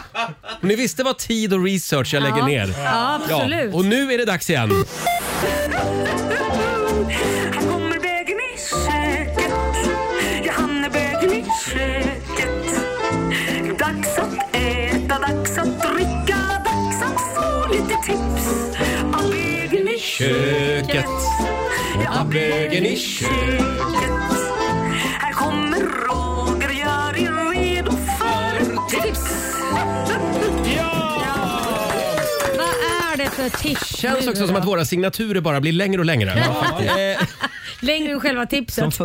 om ni visste vad tid och research jag lägger Ja. ner. Ja, absolut. Och nu är det dags igen. Han kommer bögen i köket Ja, han är bögen i köket Dags att äta, dags att dricka Dags att få lite tips av bögen i Köket. Ja, bögen i köket Här kommer Roger, gör er redo för tips Vad är det för tips? Känns också som att våra signaturer bara blir längre och längre. Eh, Längre än själva tipset.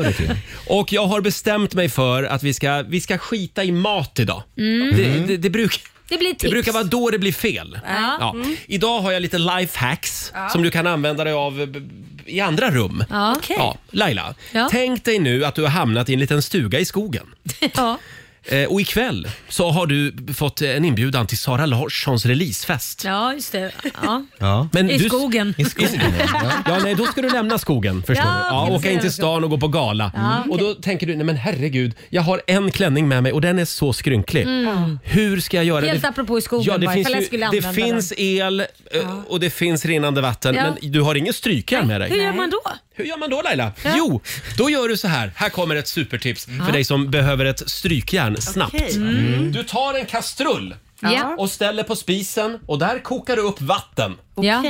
Och jag har bestämt mig för att vi ska, vi ska skita i mat idag. Mm. Det, det, det, bruk, Det blir tips. det brukar vara då det blir fel. Ja. Ja. Mm. Idag har jag lite lifehacks Ja. som du kan använda dig av eh, b- b- i andra rum. Ja. Okej. Laila, Ja. tänk dig nu att du har hamnat i en liten stuga i skogen. ja. Eh, och ikväll så har du fått en inbjudan till Sara Larssons releasefest. ja, just det. Ja. Ja. I skogen. I skogen, ja. ja, nej, då ska du lämna skogen förstår Ja, du. Ja, precis. åka in till stan och gå på gala. Mm. Ja, Och då tänker du, nej men herregud, jag har en klänning med mig och den är så skrynklig. Mm. Hur ska jag göra? Helt Det- apropå i skogen Ja, det bara, ifall jag finns, ju, skulle det använda finns el eh, och det finns rinnande vatten Ja. men du har ingen strykjärn med dig. Hur gör man då? Hur gör man då Laila? Jo, då gör du så här. Här kommer ett supertips för dig som behöver ett strykjärn snabbt. Okej. Mm. Du tar en kastrull Ja. och ställer på spisen och där kokar du upp vatten. Ja.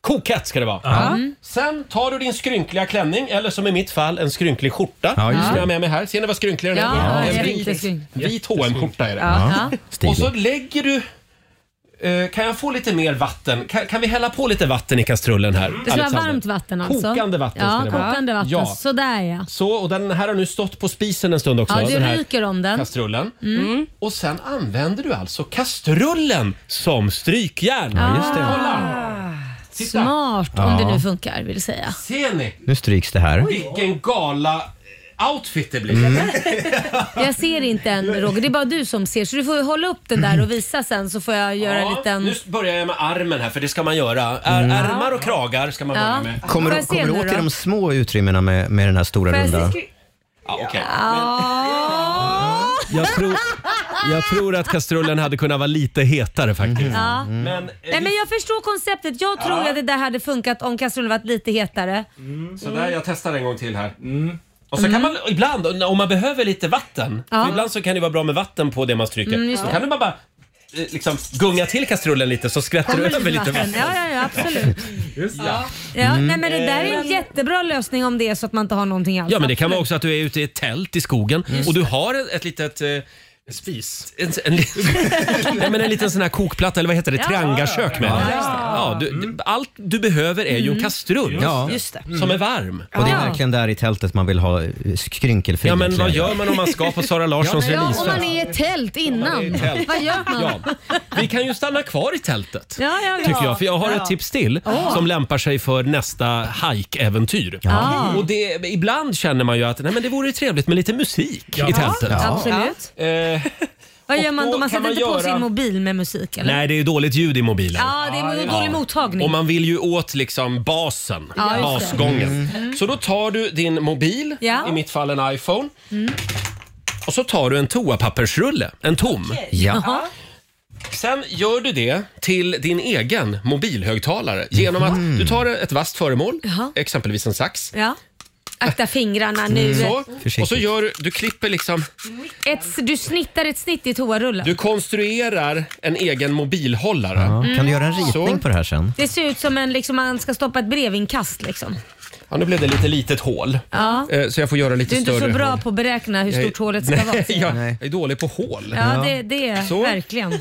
Kokhett ska det vara. Mm. Sen tar du din skrynkliga klänning, eller som i mitt fall en skrynklig skjorta. Ja, just som det. jag har med mig här. Ser ni vad skrynklig den Ja, är? ja, en riktigt vit, skrynklig. vit H&M-skjorta är det. Ja. Och så lägger du... eh, kan jag få lite mer vatten? Kan, kan vi hälla på lite vatten i kastrullen här? Det ska vara Alexander? varmt vatten alltså. Kokande vatten ja, ska det vara. Kokande vatten. Ja. Sådär ja. Så, och den här har nu stått på spisen en stund också. ja du den här ryker om den. kastrullen. Mm. Och sen använder du alltså kastrullen som strykjärn. Ja, just det. Kolla! Titta. Ah. Smart, om Ja. det nu funkar vill säga. Ser ni? Nu stryks det här. Vilken gala eh, outfit det blir. Mm. Jag ser inte än Roger, det är bara du som ser. Så du får ju hålla upp den där och visa sen så får jag göra en liten... Nu börjar jag med armen här för det ska man göra. Är, Mm. Ärmar och kragar ska man Ja. börja med. Får Kommer du, jag se kommer du nu åt i då? de små utrymmena med, med den här stora runda? Ja, okej. Ja. Jag, tror, jag tror att kastrullen hade kunnat vara lite hetare faktiskt. Mm. Ja. Mm. Men, eh, Nej men jag förstår konceptet. Jag tror Ja. att det där hade funkat om kastrullen varit lite hetare. Sådär, jag testar en gång till här. Och så kan man ibland, om man behöver lite vatten, Mm. Ja. för ibland så kan det vara bra med vatten på det man stryker. Mm, just så det. kan du bara, bara eh, liksom, gunga till kastrullen lite så skvätter du Kommer över lite vatten. Ja, ja, ja absolut. Ja. Ja, Mm. Nej men det där är en Eh. jättebra lösning om det är så att man inte har någonting alls. Ja, men det kan vara också att du är ute i ett tält i skogen Just och du har ett, ett litet... Eh, Spis? En, en, li- Nej, men en liten sån här kokplatta, eller vad heter det? Ja. Triangakök med. Ja, Ja, just det. du, Allt du behöver är ju en kastrull Ja. Just det. som är varm. Och det är verkligen där i tältet man vill ha eh, skrynkelfria Ja, men vad kläder. gör man om man ska på Sara Larssons Ja, om releasefest? man är i tält Om man innan. är i tält. Vad gör man? Ja. Vi kan ju stanna kvar i tältet. Ja, ja, ja. Tycker jag, för jag har Ja. ett tips till Åh. som lämpar sig för nästa hike-äventyr. Ja. Och det, ibland känner man ju att nej, men det vore trevligt med lite musik i tältet. Ja, absolut. Eh, Vad Och gör man då då? kan Man sätter man inte på göra- sin mobil med musik eller? nej, det är ju dåligt ljud i mobilen. Ja, det är dålig mottagning. Och man vill ju åt liksom basen, Ja, just det. Mm. basgången. Så då tar du din mobil, Ja. i mitt fall en iPhone, Mm. och så tar du en toapappersrulle, en tom. Ja. Sen gör du det till din egen mobilhögtalare genom Mm. att du tar ett vasst föremål, exempelvis en sax. ja. Akta fingrarna nu. Mm. Så, och så gör du, du klipper liksom, Ett, du snittar ett snitt i toarullen. du konstruerar en egen mobilhållare. Ja, kan du göra en Så. ritning på det här sen? Det ser ut som en, liksom, man ska stoppa ett brevinkast. Liksom. Ja, nu blev det lite litet hål. Ja. Eh, Så jag får göra lite Du är större inte så bra hål. på att beräkna hur Jag är- stort hålet ska Nej, vara. säger jag. Jag, jag är dålig på hål. Ja, det, det är Så. verkligen.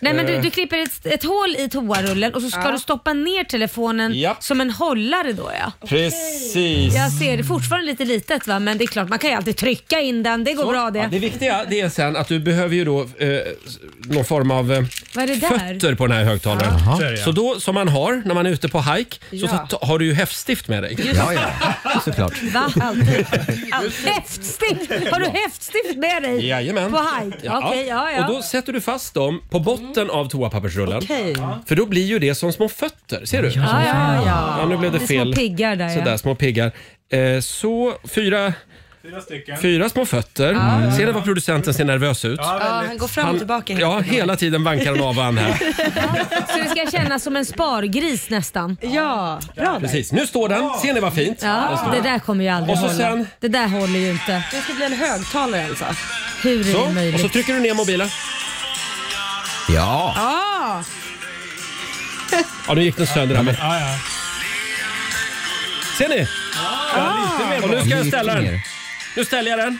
Nej, men du, du klipper ett, ett hål i toarullen och så ska Ja. du stoppa ner telefonen som en hållare då ja. Precis. Jag ser det fortfarande lite litet va, men det är klart man kan ju alltid trycka in den. Det går Så. bra det. Ja, det viktiga det är sen att du behöver ju då eh, någon form av eh, Vad är det där? fötter på den här högtalaren. Ja. Så är det, ja. Så då, som man har när man är ute på hike, så Ja. ta- har du ju häftstift med dig. Just det. såklart. Va? Alltid. Alltid. Häftstift! Har du häftstift med dig? Jajamän. På hajk? Okej, ja, ja. Och då sätter du fast dem på botten av toapappersrullen. Okej. För då blir ju det som små fötter. Ser du? Ja, ja, ja. nu blev det Det är fel. små piggar där, ja. Sådär, små piggar. Eh, så, fyra... Fyra stycken. Fyra små fötter. Mm. Ja. Ser ni vad producenten ser nervös ut? Ja, han går fram och tillbaka. Ja, hela tiden vankar han av och an här. Så det ska kännas som en spargris nästan. Ja, bra Precis. Nu står den. Ser ni vad fint? Den Ja, står. det där kommer ju aldrig Och så hålla. sen? Det där håller ju inte. Det ska bli en högtalare alltså. Hur är det Så, och möjligt? så trycker du ner mobilen. Ja. Ah. Ja, nu gick den sönder. här, men- Ser ni? Ah. Och nu ska jag ställa den. Nu ställer jag den.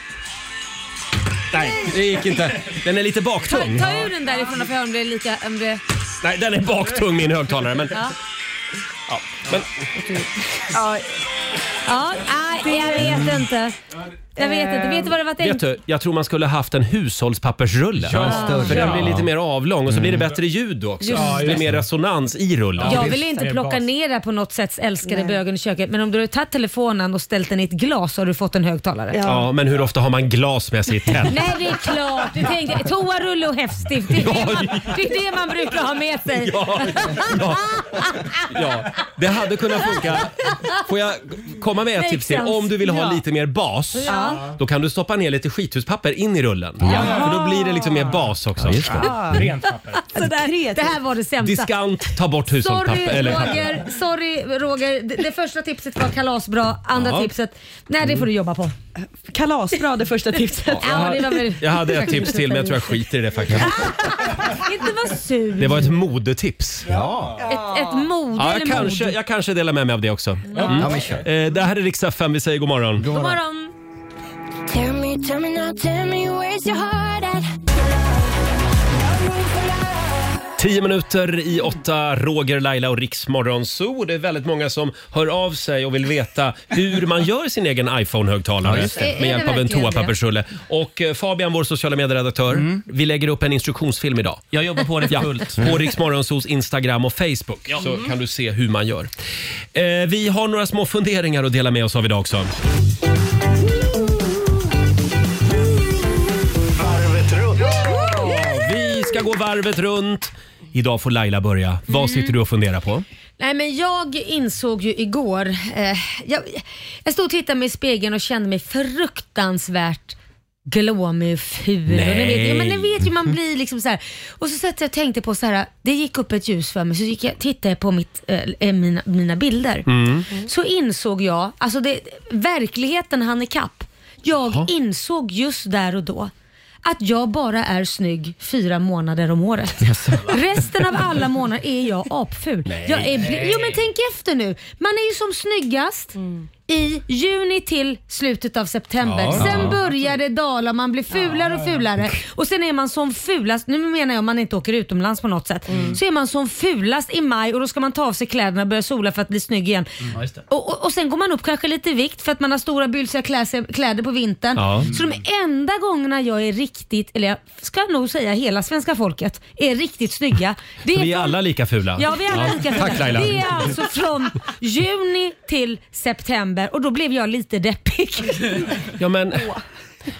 Nej, det gick inte. Den är lite Ta, baktung. ta ur den därifrån och får höra om det är lika... Om det... Nej, den är baktung min högtalare. Men, Ja. ja, men Ja. Ja, nej, jag vet inte. Jag vet inte. Vet du vad det var vet tänkt? du, jag tror man skulle haft en hushållspappersrulle. Ja, större. För den blir Ja. Mm. lite mer avlång och så blir det bättre ljud också. Just det blir det. mer resonans i rullen. Jag vill inte plocka ner det på något sätt, älskade bögen i köket. Men om du har tagit telefonen och ställt den i ett glas så har du fått en högtalare. Ja, men hur ofta har man glas med sig i tält? Nej, det är klart. Du tänkte toarulle och häftstift. Det är, det, man, det är det man brukar ha med sig. Ja, ja. Ja, det hade kunnat funka. Får jag komma med ett Makes tips till? sense. Om du vill ha Ja. lite mer bas, Ja. då kan du stoppa ner lite skithuspapper in i rullen. För då blir det liksom mer bas också. Ah. Sådär. Det här var det sämsta. Diskant, ta bort hushållspapper. Sorry eller papper. Roger, sorry Roger. Det, det första tipset var kalasbra, andra Ja. tipset, nej det får du jobba på. Kalasbra det första tipset. Ja, det var väl... Jag hade ett tips till men jag tror jag skiter i det faktiskt. Inte var sur. Det var ett modetips. Ja. Ett, ett mod Ja, eller jag, kanske, mod. jag kanske delar med mig av det också. Ja. Mm. Ja, men Eh, Det här är riksdag 5. Vi säger god morgon. God morgon. Tell me, tell me now, tell me where's your heart at? Tio minuter i åtta, Roger, Laila och Riksmorgon Zoo. Det är väldigt många som hör av sig och vill veta hur man gör sin egen Ja, iPhone-högtalare just det. Är- är med det hjälp av en verkligen det? toapappersrulle. Och eh, Fabian, vår sociala medieredaktör, vi lägger upp en instruktionsfilm idag. Mm. Jag jobbar på det fullt. På Riksmorgon Zoos Instagram och Facebook så kan du se hur man gör. Eh, vi har några små funderingar att dela med oss av idag också. Varvet runt. Vi ska gå varvet runt. Idag får Laila börja. Vad sitter du och funderar på? Nej men jag insåg ju igår, eh, jag, jag stod och tittade mig i spegeln och kände mig fruktansvärt glåmig och ful. Och ni vet, ja, men ni vet ju man blir liksom så här. Och så satt jag och tänkte på så här, det gick upp ett ljus för mig så gick jag, tittade jag på mitt, eh, eh, mina, mina bilder. Mm. Så insåg jag, alltså det, verkligheten hann ikapp. Jag Jaha. insåg just där och då att jag bara är snygg fyra månader om året. Resten av alla månader är jag apful. Nej. Jag är bli- jo men tänk efter nu. Man är ju som snyggast i juni till slutet av september. Ja. Sen Ja. börjar det dala, man blir fulare och fulare. Och sen är man som fulast, nu menar jag om man inte åker utomlands på något sätt, så är man som fulast i maj och då ska man ta av sig kläderna och börja sola för att bli snygg igen. Mm. Och, och, och sen går man upp kanske lite i vikt för att man har stora bylsiga kläder, kläder på vintern. Ja. Så de enda gångerna jag är riktigt, eller jag ska nog säga hela svenska folket, är riktigt snygga. Det Vi är från- alla lika fula. Ja, vi är alla lika fula. Tack Laila. Det är alltså från juni till september och då blev jag lite deppig. Ja, men,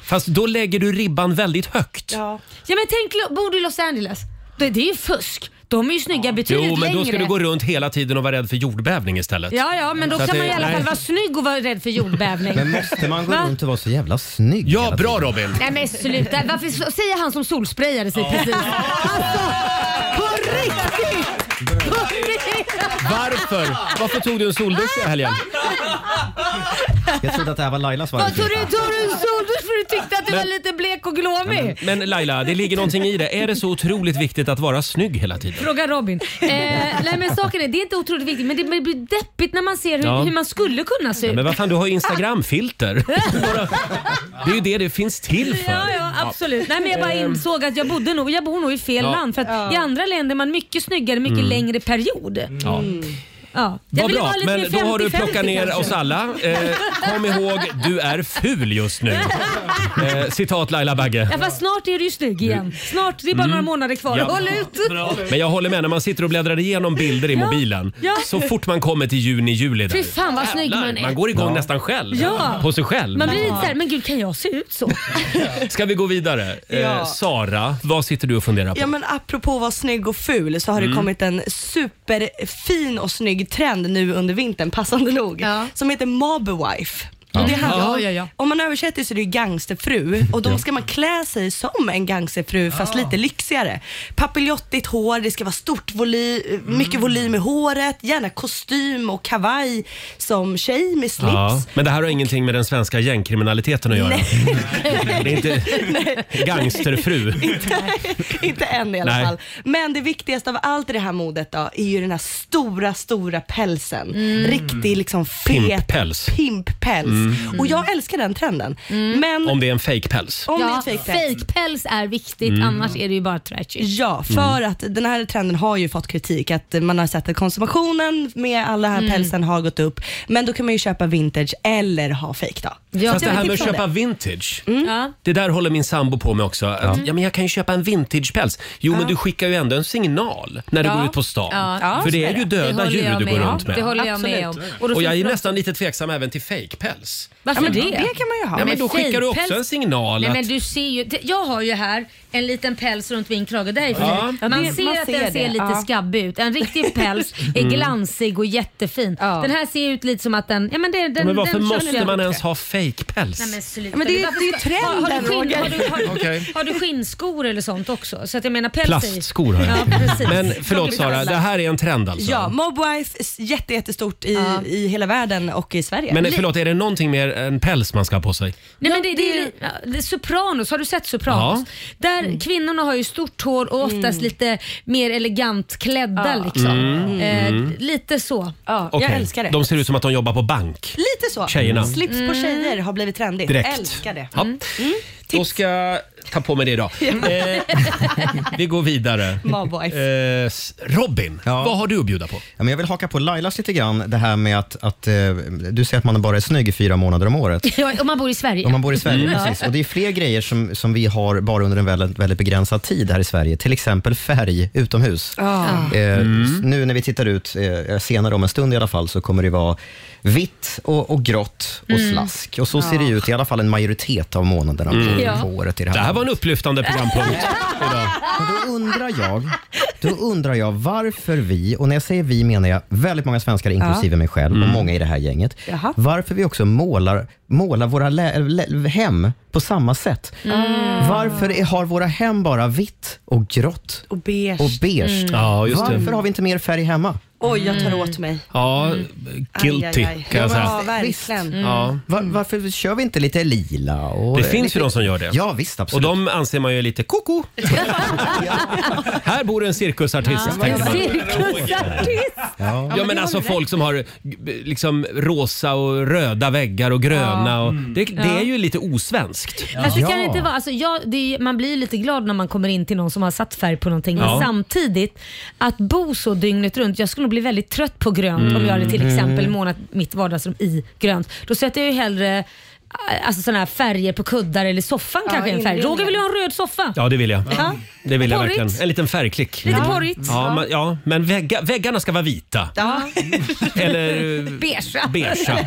fast då lägger du ribban väldigt högt. Ja. ja men tänk, lo- bor du i Los Angeles? Det, det är ju fusk. De är ju snygga betydligt Jo, men längre. då ska du gå runt hela tiden och vara rädd för jordbävning istället. Ja, ja, men då Så att kan man i det- alla nej. fall vara snygg och vara rädd för jordbävning. Men måste man gå Va? runt och vara så jävla snygg Ja, bra Robin. Nej men sluta, varför så- säger han som solsprayade sig precis? Alltså, på riktigt! På riktigt! Varför? Varför tog du en soldusch i helgen? Jag trodde att det här var Lailas varje Vad tog du, tog du en soldusch för du tyckte att du Men- var lite blek och glåmig? Men Laila, det ligger någonting i det. Är det så otroligt viktigt att vara snygg hela tiden? Fråga Robin. Eh, nej men saken är, det är inte otroligt viktigt men det blir deppigt när man ser hur, Ja. hur man skulle kunna se Ja, ut. men vad fan, du har ju Instagramfilter. Bara- Det är ju det det finns till för. Ja, ja, absolut. Nej, men jag bara Ehm, insåg att jag, bodde nog, jag bor nog i fel Ja. land. För att I andra länder är man mycket snyggare mycket Mm. längre period. Ja. Ja. Jag Vad vill bra, vara lite men mer då har du 50-50 plockat ner kanske. oss alla. Eh, kom ihåg, du är ful just nu. Eh, citat Laila Bagge. Ja, fast snart är du ju snygg igen. Snart, det är bara Mm. några månader kvar. Ja. Håll ut! Men jag håller med, när man sitter och bläddrar igenom bilder i Ja, mobilen. ja. Så fort man kommer till juni, juli där. Fy fan vad snygg man är. Man går igång nästan själv. Ja. På sig själv. Man blir lite såhär, men gud kan jag se ut så? Ska vi gå vidare? Eh, Ja. Sara, vad sitter du och funderar på? Ja men apropå att vara snygg och ful så har det Mm. kommit en superfin och snygg trend nu under vintern, passande nog, som heter mobwife. Ja. Och Det handlar om, Ja, ja, ja. Om man översätter så är det ju gangsterfru och då ska man klä sig som en gangsterfru fast lite lyxigare. Papiljottigt hår, det ska vara stort voly, Mm. mycket volym i håret, gärna kostym och kavaj som tjej med slips. Ja, men det här har ingenting med den svenska gängkriminaliteten att göra. Det är inte Nej. gangsterfru. inte, inte än i alla Nej. fall. Men det viktigaste av allt i det här modet då, är ju den här stora, stora pälsen. Mm. Riktig liksom fet Pimppäls. pimppäls. Mm. Och jag älskar den trenden. Men Om det är en fejkpäls. Om Mm. ja, det är fejkpäls. fejkpäls är viktigt Mm. annars är det ju bara Mm. trashy. Ja, för att den här trenden har ju fått kritik att man har sett att konsumtionen med alla här Mm. pälsen har gått upp. Men då kan man ju köpa vintage eller ha fake då. Fast Så det jag här vill med att tipsa om köpa det. vintage. Ja. Det där håller min sambo på med också. Att, ja, men jag kan ju köpa en vintagepäls. Jo, men du skickar ju ändå en signal när du Ja. går ut på stan. Ja. För det Ja, är ju det döda håller djur jag du med går om. runt med. Det håller jag med om. Absolut. Och då Och jag finns är det- nästan lite tveksam även till fejkpäls. Ja, Varför men det? det kan man ju ha. Ja, men då fejkpäls- skickar du också en signal Nej, att- men du ser ju, det- jag har ju här en liten päls runt min krage. Därifrån. Ja. Man, Ja, det- ser man att ser den det. ser lite Ja. skabbig ut. En riktig päls är Mm. glansig och jättefin. Den här ser ut lite som att den... Ja, men, det, den men varför den kör måste jag. man ens ha fejkpäls? Nej men sluta. Ja, men det är ju- Varför det är ju ska- har- har du trenden, skinn- har du- har du- Okej. Har du skinnskor eller sånt också? Så att jag menar päls är ju- Plastskor har jag. Ja, precis. men förlåt Sara, det här är en trend alltså. Ja, Mobwife s- jätte, jättestort i, i hela världen och i Sverige. Men eh, förlåt, är det någonting mer än päls man ska ha på sig? Nej, men det, det, är, ja, det är Sopranos, har du sett Sopranos? Där kvinnorna har ju stort hår och oftast lite mer elegant klädda. Liksom. Mm. Eh, Mm. Lite så. Ja, Okej, De ser ut som att de jobbar på bank. Lite så. Tjejerna. Slips Mm. på tjejer har blivit trendigt. Direkt. Älskar det. Mm. Ja. Mm. Då ska jag ta på mig det idag. Eh, vi går vidare. Mm. Mobwife. Eh, s- Robin, vad har du att bjuda på? Ja, men jag vill haka på Lailas lite grann, det här med att, att eh, du säger att man bara är snygg i fyra månader om året. Ja, om man bor i Sverige. Mm. Om man bor i Sverige, Ja. precis. Och det är fler grejer som, som vi har bara under en väldigt, väldigt begränsad tid här i Sverige. Till exempel färg utomhus. Ah. Eh, s- Nu när vi tittar ut, eh, senare om en stund i alla fall, så kommer det vara vitt och, och grått och Mm. slask. Och så ser Ja. det ut i alla fall en majoritet av månaderna på- Mm. Ja. på året. I det, här Det här var en upplyftande programpunkt. Men då undrar jag, då undrar jag varför vi, och när jag säger vi menar jag väldigt många svenskar inklusive Ja. mig själv Mm. och många i det här gänget, Jaha. varför vi också målar, målar våra lä- lä- hem på samma sätt. Mm. Varför är, har våra hem bara vitt och grått och beige? Och beige? Mm. Ja, just det. varför har vi inte mer färg hemma? Mm. Oj, jag tar åt mig. Ja, guilty Mm. Aj, aj, aj. kan jag Ja, säga. verkligen. Ja. Mm. Var, varför kör vi inte lite lila? Och Det finns lite, ju de som gör det. Ja, visst, Och absolut. de anser man ju är lite koko. Här bor en cirkusartist, tänker man. Cirkusartist! Ja, Ja men alltså folk som har eh, liksom rosa och röda väggar och gröna. Och, det, det är ju lite osvenskt. Fast det kan inte vara, alltså jag, det är, man blir ju lite glad när man kommer in till någon som har satt färg på någonting. Ja. Men samtidigt, att bo så dygnet runt. Jag skulle nog bli väldigt trött på grönt om jag hade till exempel Mm. målat mitt vardagsrum i grönt. Då sätter jag ju hellre eh, alltså, såna här färger på kuddar eller soffan Ja, kanske. En färg. inredning. Roger vill ju ha en röd soffa. Ja det vill jag. Ja. Det vill jag Porrigt. verkligen. En liten färgklick. Lite porrigt. Ja, men, ja, men vägga, väggarna ska vara vita. Ja. Eller eh, Beige. beigea.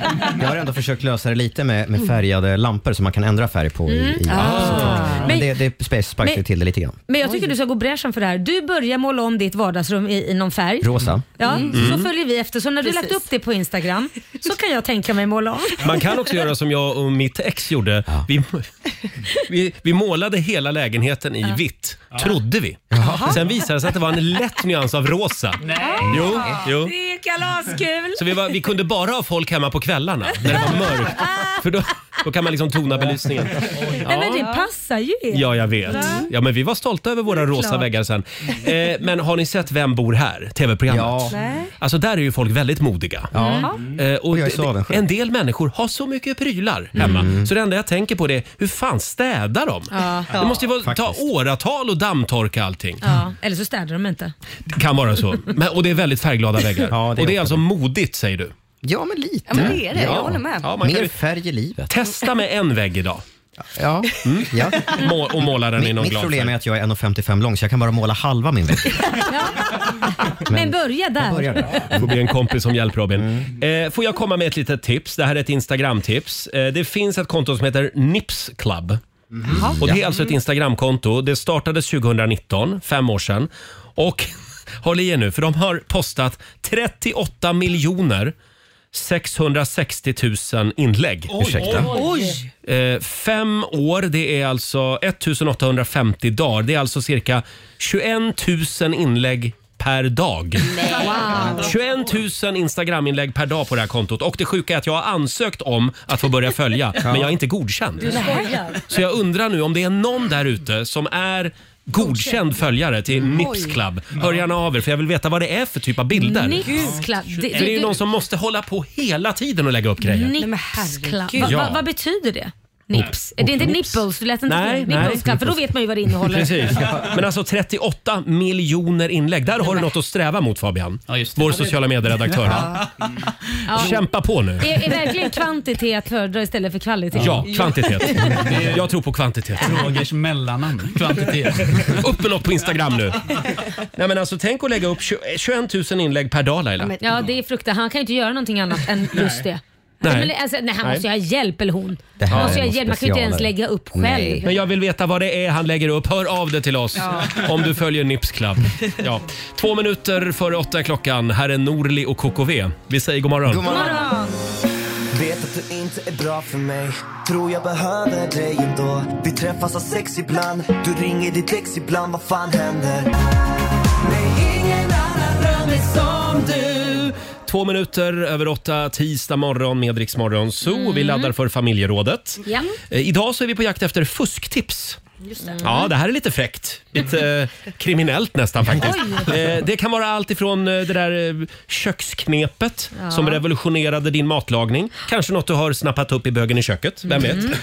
Jag har ändå försökt lösa det lite med, med färgade lampor som man kan ändra färg på. I, Mm. i Ah. ah. Men- Det, det spe- sparkar ju men- till det lite grann. Men jag tycker du ska gå bräschen för det här. Du börjar måla om ditt vardagsrum i, i någon färg. Rosa. Ja, Mm. så Mm. följer vi efter. Så när du lagt upp det på Instagram så kan jag tänka mig måla om. Man kan också göra som jag och som mitt ex gjorde. Vi, vi, vi målade hela lägenheten i vitt, trodde vi. Sen visade det sig att det var en lätt nyans av rosa. Jo, jo. Det är kalaskul. Så vi, var, vi kunde bara ha folk hemma på kvällarna när det var mörkt. För då, då kan man liksom tona belysningen. Nej, men det passar ju er. Ja, jag Mm. vet. Va? Ja, men vi var stolta över våra rosa klart. väggar sen. Eh, men har ni sett Vem bor här? TV-programmet. Ja. Nej. Alltså där är ju folk väldigt modiga. Ja. Eh, och jag är så d- avundsjuk. en del människor har så mycket prylar hemma. Mm. Så det enda jag tänker på det är, hur fan städar de? Ja. Det måste ju vara, ta åratal och dammtorka allting. Ja, eller så städar de inte. Det kan vara så. Men, och det är väldigt färgglada väggar. Ja, det är och det är alltså modigt säger du? Ja, men lite. Ja, men det är det. Jag håller med. Ja, man Mer kan ju färg i livet. testa med en vägg idag. Ja. Mm. ja. Må- och måla den i någon Mitt glad problem färg. är att jag är 1,55 lång så jag kan bara måla halva min vägg. Men, börja där. Det får bli en kompis som hjälper Robin. Eh, får jag komma med ett litet tips? Det här är ett Instagram-tips. Eh, det finns ett konto som heter Nips Club. Och det är alltså ett Instagramkonto. Det startades 2019, fem år sedan. Och håll i er nu, för de har postat 38 miljoner 660 000 inlägg. Ursäkta. Oj! Eh, fem år, det är alltså 1850 dagar. Det är alltså cirka 21 000 inlägg per dag. Wow. 21 000 Instagram-inlägg per dag på det här kontot. Och det sjuka är att jag har ansökt om att få börja följa, men jag är inte godkänd. Du skojar. Så jag undrar nu om det är någon där ute som är godkänd följare till Nips Oj. Club. Hör gärna av er för jag vill veta vad det är för typ av bilder. Nips Club. Det, är ju någon som måste hålla på hela tiden och lägga upp grejer. Nips Club. Va, Ja. va, vad betyder det? Nips. Och- Är det inte och nipples? Du lät inte Nej, som nipples nej. club, för då vet man ju vad det innehåller. Precis. Men alltså 38 miljoner inlägg. Där har du något att sträva mot Fabian. Vår sociala medieredaktör. Ja. Kämpa på nu. Är, är verkligen kvantitet att föredra istället för kvalitet? Ja, kvantitet. Jag tror på kvantitet. Rogers mellannamn, kvantitet. Upp med något på Instagram nu. Nej, men alltså, tänk att lägga upp 20 21 000 inlägg per dag Laila. Ja, det är fruktansvärt. Han kan ju inte göra någonting annat än just det. Nej. Men, alltså, nej, han Nej. måste ju ha hjälp, eller hon. Det här Han måste är ju ha något hjälp. Man kan ju inte ens specialare. lägga upp själv. Men jag vill veta vad det är han lägger upp. Hör av dig till oss Ja. om du följer Nips Club. Ja. Två minuter före åtta är klockan. Här är Norli och KKV. Vi säger god morgon. Vet att du inte är bra för mig Tror jag behöver dig ändå Vi träffas av sex ibland Du ringer ditt ex ibland, vad fan händer? Nej, ingen annan rör mig som du Två minuter över åtta, tisdag morgon med Rix Morgon Zoo. Vi laddar för familjerådet. Ja. Eh, Idag så är vi på jakt efter fusktips. Just det. Mm. Ja, det här är lite fräckt. Lite eh, kriminellt nästan faktiskt. Oj. Eh, det kan vara allt ifrån eh, det där eh, köksknepet Ja. som revolutionerade din matlagning. Kanske något du har snappat upp i bögen i köket, vem vet? Mm.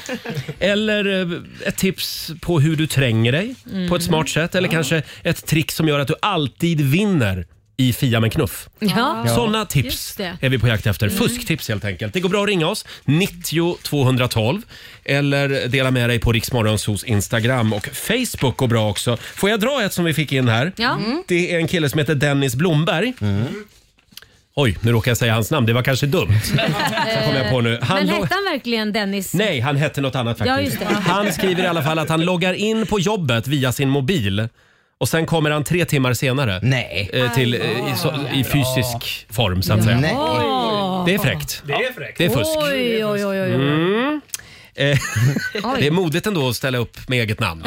Eller eh, ett tips på hur du tränger dig Mm. på ett smart sätt. Eller kanske ett trick som gör att du alltid vinner i Fia med knuff. Ja. Sådana tips Just det. är vi på jakt efter. Mm. Fusktips helt enkelt. Det går bra att ringa oss, 90 212 eller dela med dig på Riksmorgonsos Instagram och Facebook går bra också. Får jag dra ett som vi fick in här? Ja. Mm. Det är en kille som heter Dennis Blomberg. Oj, nu råkar jag säga hans namn. Det var kanske dumt. Eh, kommer jag på nu. Han men låg- hette han verkligen Dennis? Nej, han hette något annat Ja, faktiskt. just det. Han skriver i alla fall att han loggar in på jobbet via sin mobil och sen kommer han tre timmar senare eh, till, eh, i, så, i fysisk form så att säga. Nej. Det är fräckt. Det är fräckt. Det är fusk. Oj, oj, oj. oj. Mm. Eh, Oj. Det är modigt ändå att ställa upp med eget namn.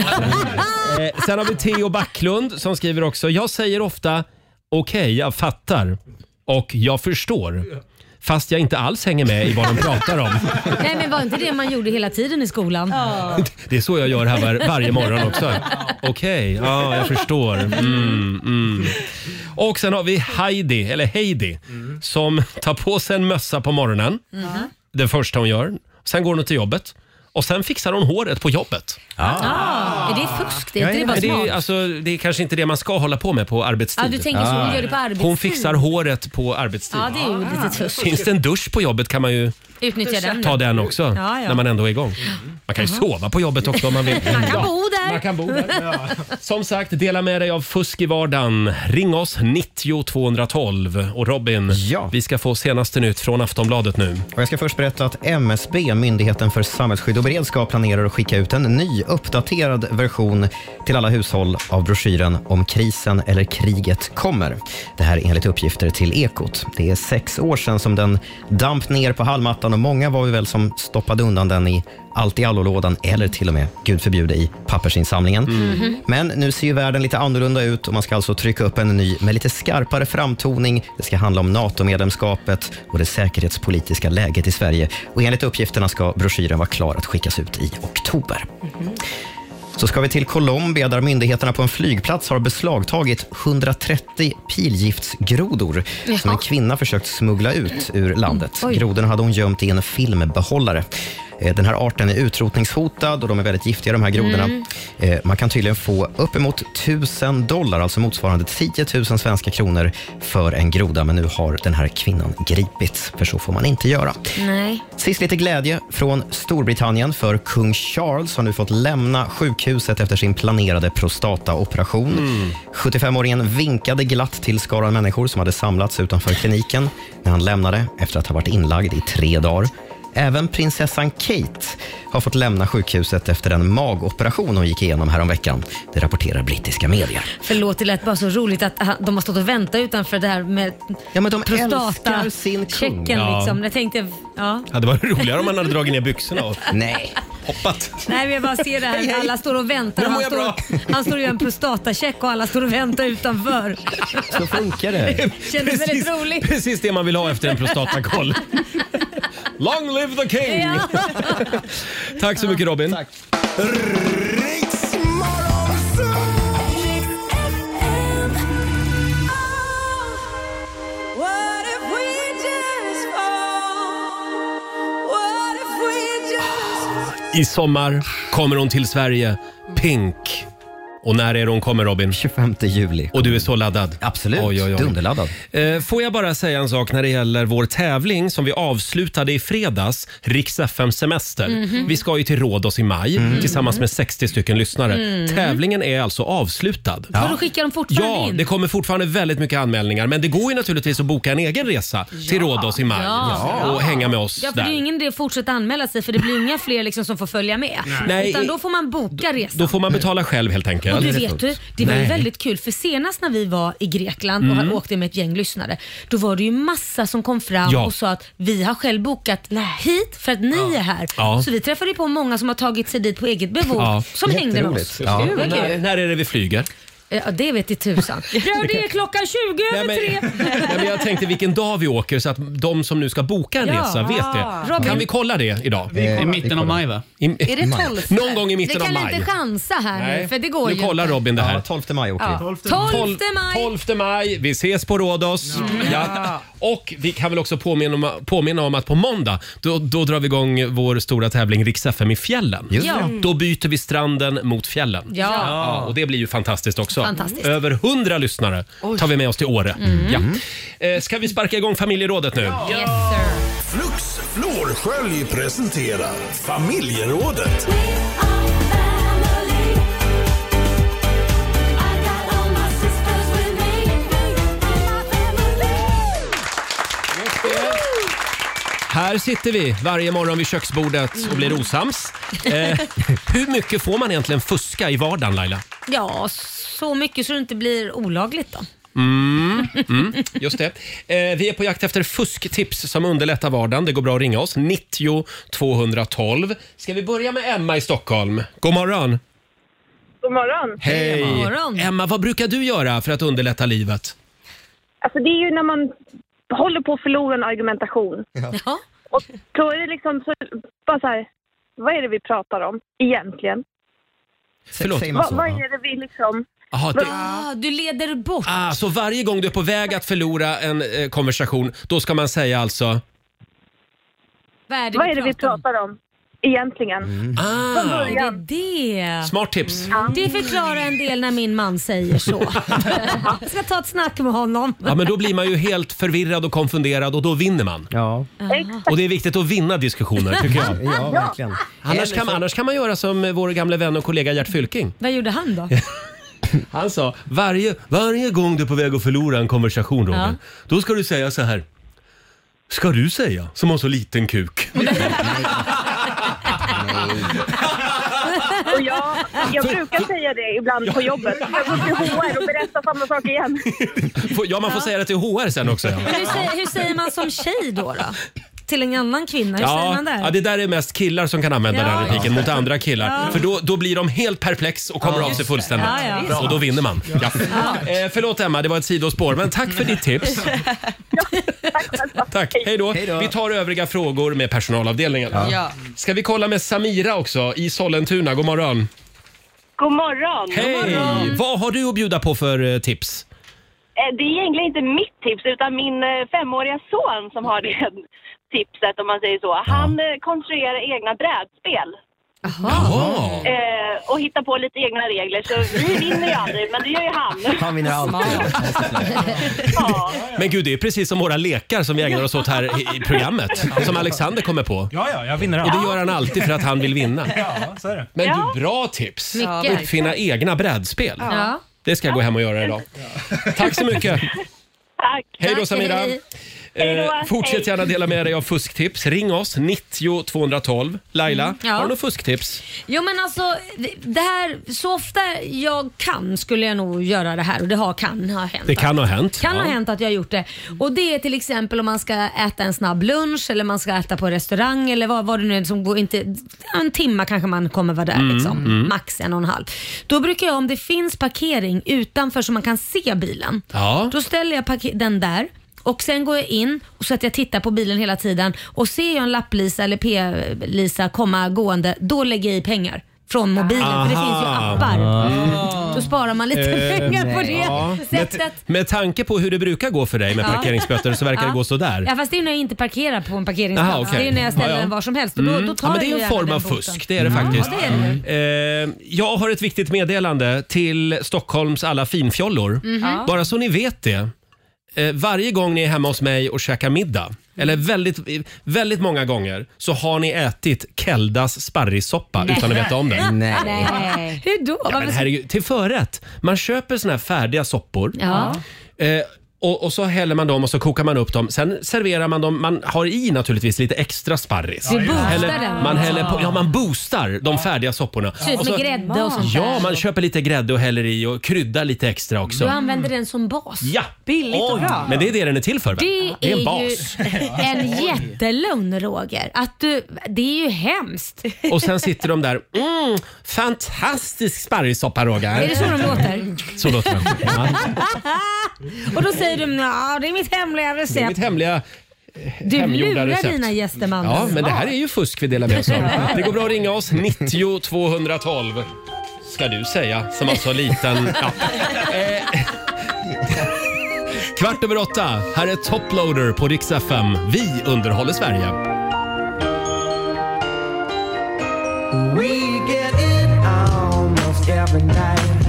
Eh, Sen har vi Theo Backlund som skriver också. Jag säger ofta okej, jag fattar och jag förstår. Fast jag inte alls hänger med i vad de pratar om. Nej, men var inte det man gjorde hela tiden i skolan? Det är så jag gör här var, varje morgon också. Okej, ja jag förstår. Mm, mm. Och sen har vi Heidi, eller Heidi, Mm. som tar på sig en mössa på morgonen. Mm-hmm. Mhm. Det första hon gör. Sen går hon till jobbet. Och sen fixar hon håret på jobbet. Ah, är det fusk? Det är inte det bara det, smart? är, alltså, det är kanske inte det man ska hålla på med på arbetstid. Ah. Ja, du tänker så. Hon gör det på arbetstid. Hon fixar håret på arbetstid. Ja, det är ju lite fusk. Finns det en dusch på jobbet kan man ju Utnyttja den. ta den också Ja, ja. när man ändå är igång. Man kan ju sova på jobbet också om man vill. Man Ja. kan bo där. Man kan bo där. Som sagt, dela med dig av fusk i vardagen. Ring oss 90 212. Och Robin, vi ska få senaste nytt från Aftonbladet nu. Och jag ska först berätta att MSB, Myndigheten för samhällsskydd och beredskap, planerar att skicka ut en ny uppdaterad version till alla hushåll av broschyren Om krisen eller kriget kommer. Det här är enligt uppgifter till Ekot. Det är sex år sedan som den damp ner på hallmattan plattan och många var vi väl som stoppade undan den i allt i allo-lådan eller till och med, gud förbjude, i pappersinsamlingen. Mhm. Men nu ser ju världen lite annorlunda ut och man ska alltså trycka upp en ny med lite skarpare framtoning. Det ska handla om NATO-medlemskapet och det säkerhetspolitiska läget i Sverige. Och enligt uppgifterna ska broschyren vara klar att skickas ut i oktober. Så ska vi till Colombia där myndigheterna på en flygplats har beslagtagit 130 pilgiftsgrodor som en Jaha. kvinna försökt smuggla ut ur landet. Oj. Grodorna hade hon gömt i en filmbehållare. Eh, Den här arten är utrotningshotad och de är väldigt giftiga de här grodorna. Mm. Eh, Man kan tydligen få uppemot 1000 dollar, alltså motsvarande 10 000 svenska kronor för en groda. Men nu har den här kvinnan gripits, för så får man inte göra. Nej. Sist lite glädje från Storbritannien för kung Charles har nu fått lämna sjukhuset efter sin planerade prostataoperation. 75-åringen vinkade glatt till skaran människor som hade samlats utanför kliniken när han lämnade efter att ha varit inlagd i tre dagar. Även prinsessan Kate har fått lämna sjukhuset efter en magoperation hon gick igenom häromveckan. Det rapporterar brittiska medier. Förlåt, det lät bara så roligt att aha, de har stått och väntat utanför det här med ja, men de älskar sin kung. checken Ja. liksom. Jag tänkte, ja. Ja, det var roligare om man hade dragit ner byxorna och Nej. hoppat. Nej men jag bara ser det här alla står och väntar. Nu och mår Han jag står, han står och gör en prostatacheck och alla står och väntar utanför. Så funkar det. Kändes väldigt roligt. Precis det man vill ha efter en prostatakoll. Long live the king! Ja. Tack så mycket Robin. I sommar kommer hon till Sverige, Pink. Och när är det hon kommer Robin? 25 juli. Och du är så laddad? Absolut, dunderladdad. Eh, Får jag bara säga en sak när det gäller vår tävling som vi avslutade i fredags, Rix FM Semester. Mhm. Vi ska ju till Rhodos i maj Mm. tillsammans med 60 stycken lyssnare. Mm. Tävlingen är alltså avslutad. Ja. Då skickar de fortfarande Ja, in. det kommer fortfarande väldigt mycket anmälningar men det går ju naturligtvis att boka en egen resa till Rhodos i maj Ja. och hänga med oss Ja, för det är ju där. ingen idé att fortsätta anmäla sig för det blir inga fler liksom som får följa med. Nej. Utan då får man boka resan. Då får man betala själv helt enkelt. Och du vet du, det var ju Nej. väldigt kul för senast när vi var i Grekland och Mm. åkte med ett gäng lyssnare, då var det ju massa som kom fram Ja. och sa att vi har själv bokat hit för att ni är här. Ja. Så vi träffade ju på många som har tagit sig dit på eget bevåg Ja. som hängde med oss. Ja. Kul, vad När, kul. när är det vi flyger? Ja, det vet i tusan. Gör det klockan 20 över tre. Nej, men jag tänkte vilken dag vi åker så att de som nu ska boka en Ja. resa vet det. Robin. Kan vi kolla det idag? Vi kollar. I mitten av maj, va? I, Är det maj. 12? Någon gång i mitten Vi av kan maj. inte chansa här nu för det går nu ju kollar inte. Robin det här. Ja, 12 maj åker Ja. vi. 12 Tolv- maj. 12 maj, vi ses på Rhodos. Ja. Och vi kan väl också påminna om, påminna om att på måndag då, då drar vi igång vår stora tävling Rix FM i fjällen. Just det. Ja. Då byter vi stranden mot fjällen. Ja. och det blir ju fantastiskt också. Fantastiskt. Över 100 lyssnare tar vi med oss till Åre. Mm. Ja. Eh, ska vi sparka igång familjerådet nu? Yes sir. Flux Florskölj presenterar Familjerådet. Här sitter vi varje morgon vid köksbordet och blir osams. Mm. Eh, hur mycket får man egentligen fuska i vardagen Laila? Ja, så mycket så det inte blir olagligt då. Mm, mm, just det. Eh, vi är på jakt efter fusktips som underlättar vardagen. Det går bra att ringa oss. 90 212. Ska vi börja med Emma i Stockholm? God morgon! God morgon. Hej! Emma, vad brukar du göra för att underlätta livet? Alltså det är ju när man håller på att förlora en argumentation. Och då är det liksom så, bara så här, vad är det vi pratar om egentligen? Förlåt? Vad, vad är det vi liksom... Aha, det- Ah, du leder bort. Ah, så varje gång du är på väg att förlora en eh, konversation, då ska man säga alltså... Vad är det, vad är det vi pratar om egentligen? Från Ah, början. Det är det. Mm. smart tips! Det förklarar en del när min man säger så. Jag ska ta ett snack med honom. Ja, men då blir man ju helt förvirrad och konfunderad och då vinner man. Ja. Och det är viktigt att vinna diskussioner tycker jag. Ja, verkligen. Annars kan, annars kan man göra som eh, vår gamle vän och kollega Gert Fylking. Vad gjorde han då? Han sa varje, varje gång du är på väg att förlora en konversation Roger, Ja. då ska du säga så här. Ska du säga som har så liten kuk? Och jag, jag brukar säga det ibland på jobbet. Jag går till HR och berättar samma sak igen. Får- Ja, man får säga det till HR sen också. Ja. Men hur, säger, hur säger man som tjej då? då? till en annan kvinna. Hur säger Ja, man där? ja, det där är mest killar som kan använda den här Ja, repliken just mot det. andra killar. Ja. För då, då blir de helt perplex och kommer Ja, av sig just fullständigt. det. Ja, ja. Och då vinner man. Ja. Eh, förlåt Emma, det var ett sidospår, men tack för ditt tips. tack, hej då. Vi tar övriga frågor med personalavdelningen. Ja. Ja. Ska vi kolla med Samira också i Sollentuna? God morgon. God morgon! God Hej! morgon. Vad har du att bjuda på för eh, tips? Eh, Det är egentligen inte mitt tips utan min eh, femåriga son som har det tipset om man säger så. Han eh, konstruerar egna brädspel. Eh, och hittar på lite egna regler så vi vinner ju aldrig men det gör ju han. Han vinner alltid. Men gud, det är precis som våra lekar som vi ägnar oss åt här i- i programmet. Som Alexander kommer på. Ja, ja, jag vinner Och det allt. gör han alltid för att han vill vinna. Ja, så är det. Men Ja. du, bra tips! Mycket. Uppfinna egna brädspel. Ja. Det ska jag gå hem och göra idag. Tack så mycket! Tack! Hej då Samira! Eh, fortsätt gärna dela med dig av fusktips. Ring oss, 90 212. Laila, Mm, ja. har du något fusktips? Jo men alltså, det här, så ofta jag kan skulle jag nog göra det här och det har, kan ha hänt. Det kan ha hänt. kan ha Ja. hänt att jag har gjort det. Och det är till exempel om man ska äta en snabb lunch eller man ska äta på restaurang eller vad, vad det nu är som går inte, en timma kanske man kommer vara där Mm, liksom. mm. Max en och en halv. Då brukar jag om det finns parkering utanför så man kan se bilen. Ja. Då ställer jag parke- den där. Och sen går jag in och så att jag tittar på bilen hela tiden och ser jag en lapplisa eller p-lisa komma gående, då lägger jag i pengar från mobilen för det finns ju Aha. appar. Mm. Då sparar man lite Eh, pengar på det ja. sättet. Med tanke på hur det brukar gå för dig med Ja. parkeringsböter så verkar Ja. det gå sådär. Ja fast det är när jag inte parkerar på en parkeringsplats. Aha, okej. Det är när jag ställer Ja, ja. den var som helst. Och då, Mm. då tar ja, men det jag är ju en gärna form den av boten. fusk, det är det faktiskt. Ja, det är det. Eh, jag har ett viktigt meddelande till Stockholms alla finfjollor. Mhm. Bara så ni vet det. Eh, varje gång ni är hemma hos mig och käkar middag, eller Mm. väldigt, väldigt många gånger, så har ni ätit Keldas sparrissoppa utan att veta om det. Nej. Hur då? Ja, men Varför- herregud, till förrätt. Man köper såna här färdiga soppor. Ja. Eh, och, och så häller man dem och så kokar man upp dem. Sen serverar man dem. Man har i naturligtvis lite extra sparris. Du boostar Häller- den. Man häller på, ja, man boostar de färdiga sopporna. Typ med grädde och sånt Ja, där. man köper lite grädde och häller i och kryddar lite extra också. Du använder den som bas. Ja! Billigt och Oj, bra. Men det är det den är till för. va? Det, det är en är ju bas. en jättelugn Roger. Att du, det är ju hemskt. Och sen sitter de där. Mm, fantastisk sparrissoppa Roger. Är det så de låter? Så låter de. Ja. Och då säger du ja det är mitt hemliga recept. Det är mitt hemliga eh, du hemgjorda lurar recept. dina gäster man. Ja, men det här är ju fusk vi delar med oss av. Det går bra att ringa oss, 90 212. Ska du säga, som alltså liten... Ja. Eh, Kvart över åtta, här är Toploader på Rix FM. Vi underhåller Sverige. We get it almost every night.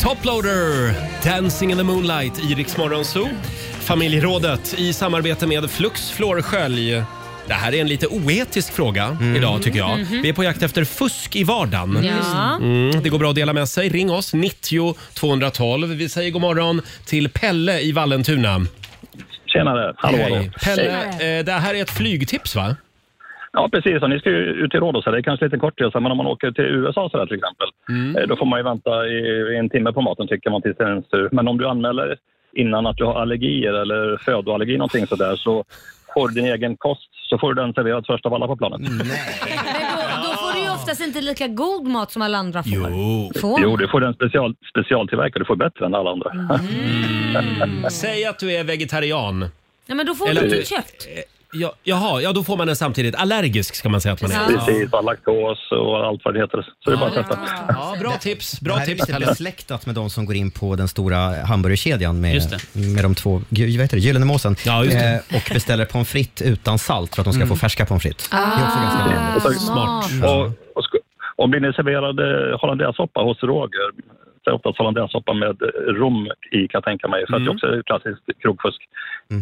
Toploader, Dancing in the Moonlight i Rix Morgon Zoo. Familjerådet i samarbete med Flux Florskölj. Det här är en lite oetisk fråga idag tycker jag. Mhm. Vi är på jakt efter fusk i vardagen. Ja. Mm, det går bra att dela med sig. Ring oss, 90 212. Vi säger god morgon till Pelle i Vallentuna. Tjenare! Hallå, hallå. Pelle, eh, det här är ett flygtips va? Ja, precis. Och ni ska ju ut i Rhodos. här. Det är kanske lite kort resa, men om man åker till USA så där, till exempel, Mm. Mm. eh, då får man ju vänta i i en timme på maten tycker man tills det är ens tur. Men om du anmäler innan att du har allergier eller födoallergi någonting sådär så får du din egen kost så får du den serverad först av alla på planet. Mm. Men då, då får du ju oftast inte lika god mat som alla andra får. Jo. Får Jo, du får den special, specialtillverkad. Du får bättre än alla andra. Säg att du är vegetarian. Ja, men då får Eller Eh, du att inte du- kött. Ja, jaha, ja då får man den samtidigt. Allergisk ska man säga att man är. Precis, all laktos och allt vad det heter. Så det är bara att testa. Ja, bra tips. Bra det här tips är lite Pelle. besläktat med de som går in på den stora hamburgerkedjan med, med de två gy- vad heter det, Gyllene Måsen just det. Eh, och beställer pommes frites utan salt för att de ska Mm. få färska pommes frites. Det är också ganska bra. Och så- Och, och sk- om blir ni serverade hollandaisesoppa hos Roger, så är det oftast hollandaisesoppa med rom i kan jag tänka mig, för att det också är klassiskt krogfusk.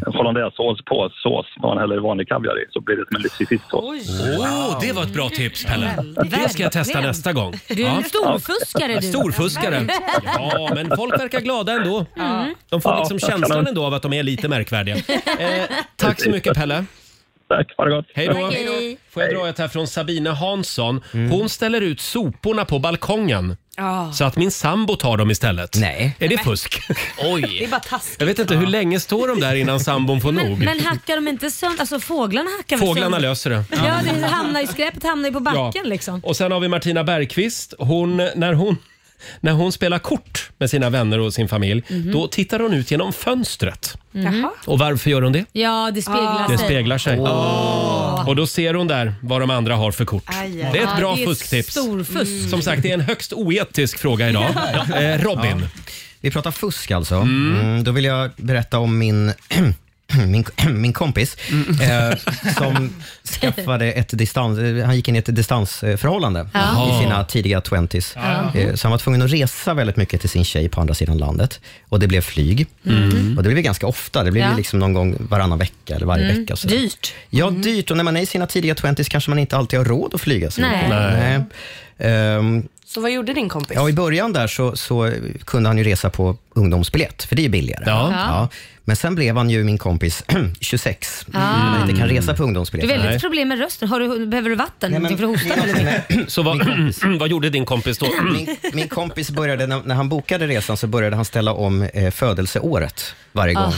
Hollandaisesås på sås, vad man häller vanlig kaviar i, så blir det som en lyxig fisksås. Åh, det var ett bra tips Pelle. Det ska jag testa Verkligen. nästa gång. Du är en Ah. storfuskare du. Storfuskare. Ja, men folk verkar glada ändå. Mm. De får Ja, liksom jag kan känslan nog- ändå av att de är lite märkvärdiga. Eh, tack så mycket Pelle. Tack, ha det gott. Hej då. Tack, hej. Får jag dra ett här från Sabina Hansson? Hon ställer ut soporna på balkongen. Ja. Så att min sambo tar dem istället. Nej. Är det fusk? Det är bara taskigt. Jag vet inte, hur länge står de där innan sambon får nog? Men hackar de inte sönder? Alltså fåglarna hackar väl Fåglarna sönder? löser det. Ja, det hamnar ju, skräpet hamnar ju på backen liksom. Och sen har vi Martina Bergqvist. Hon, när, hon, när hon spelar kort med sina vänner och sin familj, Mhm. då tittar hon ut genom fönstret. Mhm. Och varför gör hon det? Ja, det speglar sig. Ah. Det speglar sig. Och då ser hon där vad de andra har för kort. Aj, aj. Det är Ja, ett bra det är ett fusktips. storfusk. Mm. Som sagt, det är en högst oetisk fråga idag. Eh, Robin. Vi pratar fusk alltså. Mm, då vill jag berätta om min Min, min kompis eh, som skaffade ett distans, eh, han gick in i ett distansförhållande Ja. i sina tidiga 20s. Ja. Eh, Så han var tvungen att resa väldigt mycket till sin tjej på andra sidan landet. Och det blev flyg. Mm. Och det blev ganska ofta. Det blev Ja. ju liksom någon gång varannan vecka eller varje Mm. vecka. och så. Ja, dyrt. Och när man är i sina tidiga 20s kanske man inte alltid har råd att flyga så Nej. mycket. Nej. Nej. Ehm, Så vad gjorde din kompis? Ja, i början där så, så kunde han ju resa på ungdomsbiljett, för det är ju billigare. Ja. Men sen blev han ju min kompis 26, Ah. när man Mm. inte kan Mm. resa på Du har ungdomsbiljett. väldigt problem med rösten. Har du, behöver du vatten? Någonting för att hosta eller någonting? Så vad, vad gjorde din kompis då? Mm. min, min kompis började, när, när han bokade resan, så började han ställa om eh, födelseåret varje gång.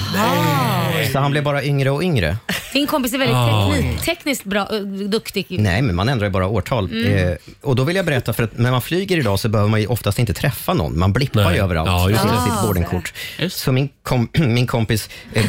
Så han blev bara yngre och yngre. Din kompis är väldigt Ah. teknik, tekniskt bra, ö, duktig. ju. Nej, men man ändrar ju bara årtal. Mm. Eh, och då vill jag berätta, för att när man flyger idag så behöver man ju oftast inte träffa någon. Man blippar ju överallt Ja, just och det. ser Ah. sitt boardingkort. Så min, kom, min kompis eh,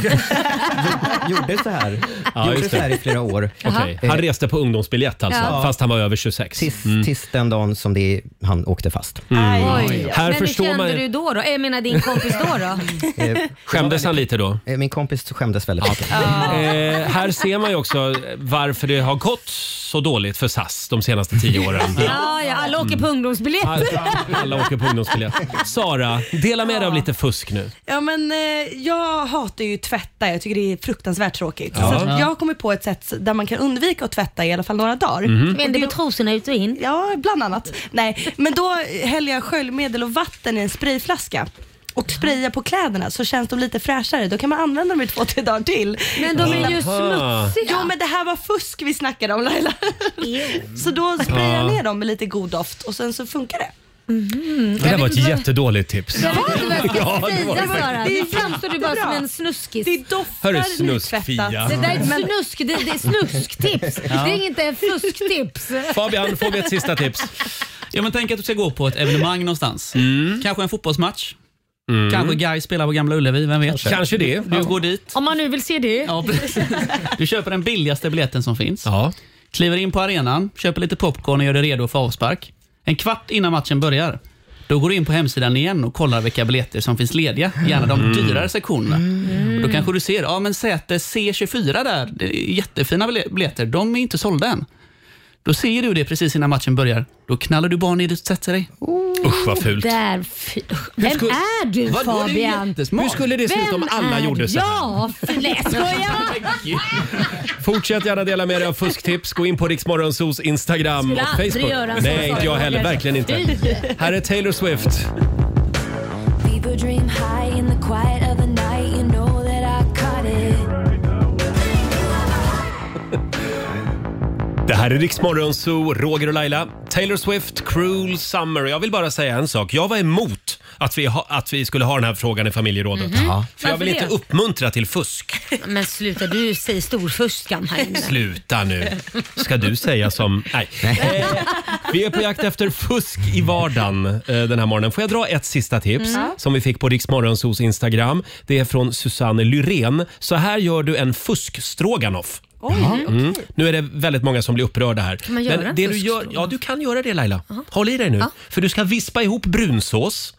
gjorde så här. Ja, gjorde just så här det. i flera år. Okej. Eh, Han reste på ungdomsbiljett alltså, Ja. fast han var över Mm. 26. Tills, tills den dagen som det, han åkte fast. Oj. Mm. Här men förstår hur kände man- du då? då? Jag menar din kompis då? då? Eh. Skämdes han lite då? Min kompis skämdes väldigt mycket. Ah. Eh, här ser man ju också varför det har gått så dåligt för SAS de senaste tio åren. Ja, ja, alla åker på ungdomsbiljetter. Alla åker på ungdomsbiljett. Sara, dela med dig av lite fusk Mm. nu. Ja, men, eh, jag hatar ju tvätta, jag tycker det är fruktansvärt tråkigt. Ja. Så att jag har kommit på ett sätt där man kan undvika att tvätta i alla fall några dagar. Mhm. Men det med trosorna ut och in? Ja, bland annat. Nej, men då häller jag sköljmedel och vatten i en sprayflaska och sprayar på kläderna så känns de lite fräschare. Då kan man använda dem i två, tre dagar till. Men de är ju Aha. smutsiga. Jo, men det här var fusk vi snackade om Laila. så då sprayar jag Ja. ner dem med lite god doft och sen så funkar det. Mhm. Det där var ett jättedåligt tips. Jag vet inte vad jag ska Ja, det var säga det Sara. faktiskt. Nu framstår du bara som en snuskis. Det Hörru, snusk-Fia. Det där är ett snusk, det, det är snusktips. Ja. Det är inte ett fusktips. Fabian, får vi ett sista tips? Ja, men tänk att du ska gå på ett evenemang någonstans. Mm. Kanske en fotbollsmatch. Kanske Guy spelar på Gamla Ullevi, vem vet? Kanske det. Du går dit, Om man nu vill se det. du köper den billigaste biljetten som finns. Kliver in på arenan, köper lite popcorn och gör dig redo för avspark. En kvart innan matchen börjar, då går du in på hemsidan igen och kollar vilka biljetter som finns lediga. Gärna de Mm. dyrare sektionerna. Och då kanske du ser, ja men säte C24 där, det är jättefina bilje- biljetter, de är inte sålda än. Då ser du det precis innan matchen börjar. Då knallar du bara ner och sätter dig. Usch vad fult. Där, fy- Vem skulle- är du Vadå, det är ju Fabian? jättesmart. Hur skulle det se ut om Vem alla är gjorde så här? Ja, för- nej, jag skojar. Fortsätt gärna dela med dig av fusktips. Gå in på Riksmorgonsos Instagram och Skulle aldrig Facebook. göra en sån Nej, inte sak. jag heller. Verkligen inte. Fy. Här är Taylor Swift. People dream high in the quiet of the night, you know that I caught it. Det här är Riksmorgon Zoo, Roger och Laila. Taylor Swift, Cruel Summer. Jag vill bara säga en sak. Jag var emot att vi, ha, att vi skulle ha den här frågan i familjerådet. Mhm. Ja. För jag vill Varför inte det? uppmuntra till fusk. Men sluta, du säger storfuskan här inne. Sluta nu. Ska du säga som... Nej. Eh, vi är på jakt efter fusk i vardagen eh, den här morgonen. Får jag dra ett sista tips Mm. som vi fick på Riksmorgonsos Instagram. Det är från Susanne Lyrén. Så här gör du en fuskstroganoff. Mm. Nu är det väldigt många som blir upprörda här. Kan man göra en det du gör, fuskstroganoff? Ja, du kan göra det Laila. Håll i dig nu. För du ska vispa ihop brunsås.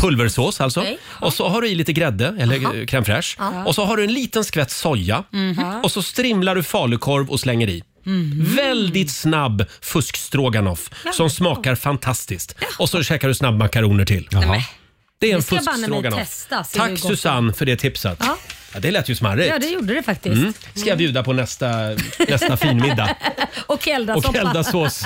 Pulversås alltså. Okej. Och så har du i lite grädde, eller Aha. eh, crème fraîche. Ja. Och så har du en liten skvätt soja. Mhm. Mm-hmm. Och så strimlar du falukorv och slänger i. Mm-hmm. Väldigt snabb fuskstroganoff som smakar fantastiskt. Och så käkar du snabbmakaroner till. Det är en Det ska banne mig fuskstroganoff. testas, se hur Tack gott det är. Susanne för det tipset. Ja. Ja, det lät ju smarrigt. Ja, det gjorde det faktiskt. Mm. Mm. Ska jag bjuda på nästa, nästa finmiddag. Och Och eldasoppa. eldasås.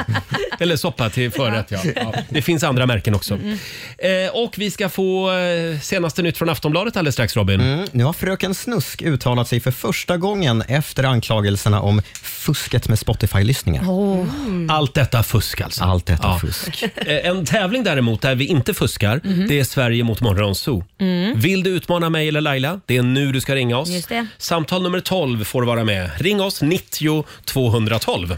Eller soppa till förrätt, ja. ja. Det finns andra märken också. Mm. Eh, och vi ska få eh, senaste nytt från Aftonbladet alldeles strax, Robin. Mm, nu har fröken Snusk uttalat sig för första gången efter anklagelserna om fusket med Spotify-lyssningar. Mm. Allt detta fusk alltså. Allt detta Ja. fusk. Eh, En tävling däremot där vi inte fuskar, Mhm. det är Sverige mot Morgonzoo. Mm. Vill du utmana mig eller Laila? Det är nu du ska ringa oss. Just det. Samtal nummer 12 får vara med. Ring oss 90 212.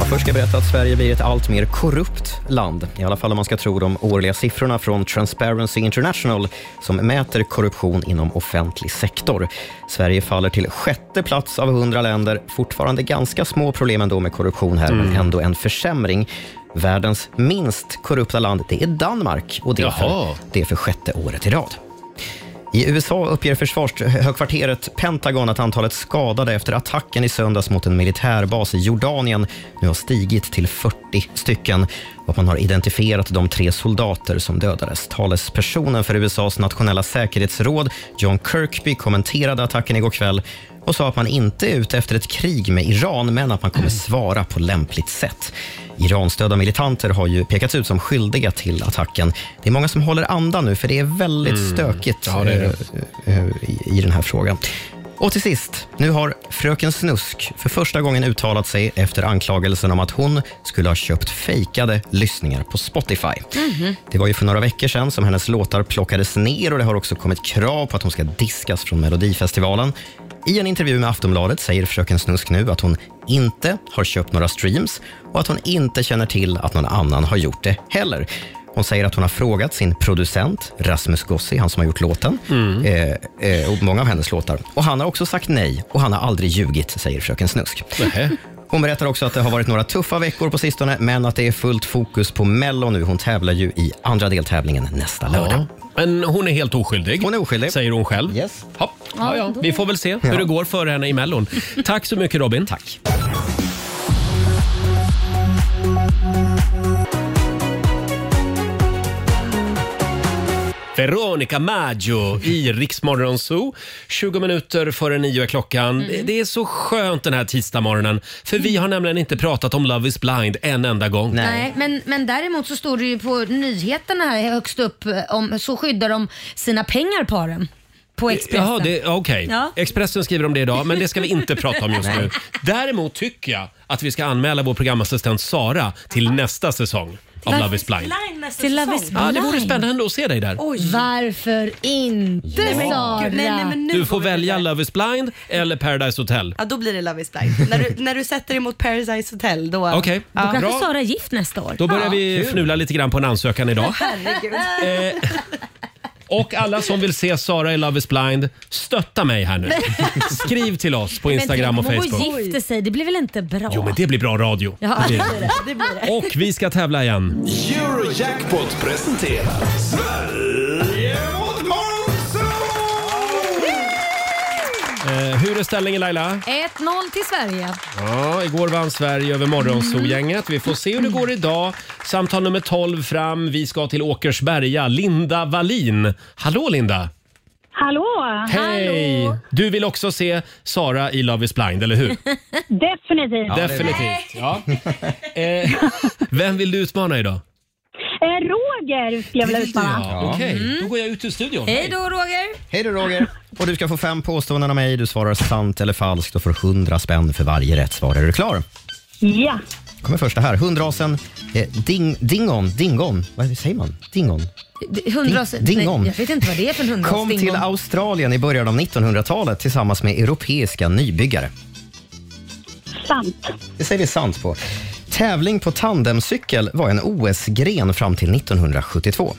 Och Först ska jag berätta att Sverige blir ett allt mer korrupt land. I alla fall om man ska tro de årliga siffrorna från Transparency International som mäter korruption inom offentlig sektor. Sverige faller till sjätte plats av 100 länder. Fortfarande ganska små problem ändå med korruption här, men Mm. ändå en försämring. Världens minst korrupta land, det är Danmark. Och det, är Jaha. för, det är för sjätte året i rad. I USA uppger försvarshögkvarteret Pentagon att antalet skadade efter attacken i söndags mot en militärbas i Jordanien nu har stigit till 40 stycken och man har identifierat de tre soldater som dödades. Talespersonen för USAs nationella säkerhetsråd, John Kirkby, kommenterade attacken igår kväll och sa att man inte är ute efter ett krig med Iran, men att man kommer svara på lämpligt sätt. Iranstödda militanter har ju pekats ut som skyldiga till attacken. Det är många som håller andan nu, för det är väldigt Mm. stökigt Ja, det är det. eh, eh, i- i den här frågan. Och till sist, nu har fröken Snusk för första gången uttalat sig efter anklagelsen om att hon skulle ha köpt fejkade lyssningar på Spotify. Mm-hmm. Det var ju för några veckor sedan som hennes låtar plockades ner och det har också kommit krav på att hon ska diskas från Melodifestivalen. I en intervju med Aftonbladet säger Fröken Snusk nu att hon inte har köpt några streams och att hon inte känner till att någon annan har gjort det heller. Hon säger att hon har frågat sin producent Rasmus Gossi, han som har gjort låten, eh, eh, och många av hennes låtar. Och han har också sagt nej och han har aldrig ljugit, säger Fröken Snusk. Hon berättar också att det har varit några tuffa veckor på sistone, men att det är fullt fokus på Mello nu. Hon tävlar ju i andra deltävlingen nästa lördag. Men hon är helt oskyldig. Hon är oskyldig. Säger hon själv. Yes. Ja, ja, ja. Vi får väl se hur Ja. det går för henne i Mellon. Tack så mycket Robin. Tack. Veronica Maggio i Riksmorgon Zoo. 20 minuter före nio är klockan. Det- Det är så skönt den här tisdagsmorgonen. För vi har nämligen inte pratat om Love is blind en enda gång. Nej, men, men däremot så står det ju på nyheterna här högst upp eh, om så skyddar de sina pengar paren på Expressen. Eh, Jaha, det- okej. Ja. Expressen skriver om det idag, men det ska vi inte prata om just nu. Nej. Däremot tycker jag att vi ska anmäla vår programassistent Sara till nästa säsong av Love is blind. Till Love is blind. Ja, det vore spännande att se dig där. Varför inte Nej, men Sara? gud, nej, nej, men Du får välja Love is blind eller Paradise Hotel. Ja, då blir det Love is blind. när, du, när du sätter dig mot Paradise Hotel då... Okej, ja. Då kanske bra. Sara är gift nästa år. Då börjar vi fnula lite grann på en ansökan idag. Herregud. Eh, Eh, Och alla som vill se Sara i Love is blind, stötta mig här nu. Skriv till oss på Instagram och men tänk om Facebook. Hon gifte sig, det blir väl inte bra? Jo, men det blir bra radio. Ja, Det blir det. det blir det. Och vi ska tävla igen. Eurojackpot presenterar Sverige mot Morgonzoo! Eh, hur är ställningen Laila? 1-0 till Sverige. Ja, igår vann Sverige över Morgonzoo-gänget. Vi får se hur det går idag. Samtal nummer 12 fram. Vi ska till Åkersberga. Linda Wallin. Hallå Linda! Hallå! Hej! Du vill också se Sara i Love is blind, eller hur? Definitivt. Definitivt. Ja. Eh, vem vill du utmana idag? Eh, Roger skulle jag vilja utmana. Ja, Okej, då går jag ut ur studion. Roger! Hej då Roger! Och du ska få fem påståenden av mig. Du svarar sant eller falskt och får 100 spänn för varje rätt svar. Är du klar? Ja. kommer första här. Hundrasen eh, ding, Dingon. Dingon. Vad säger man? Dingon. Hundras... Ding- ding Nej, om. Jag vet inte vad det är för en hundras. Kom ding till om. Australien i början av 1900-talet tillsammans med europeiska nybyggare. Sant. Det säger vi sant på. Tävling på tandemcykel var en OS-gren fram till 1972.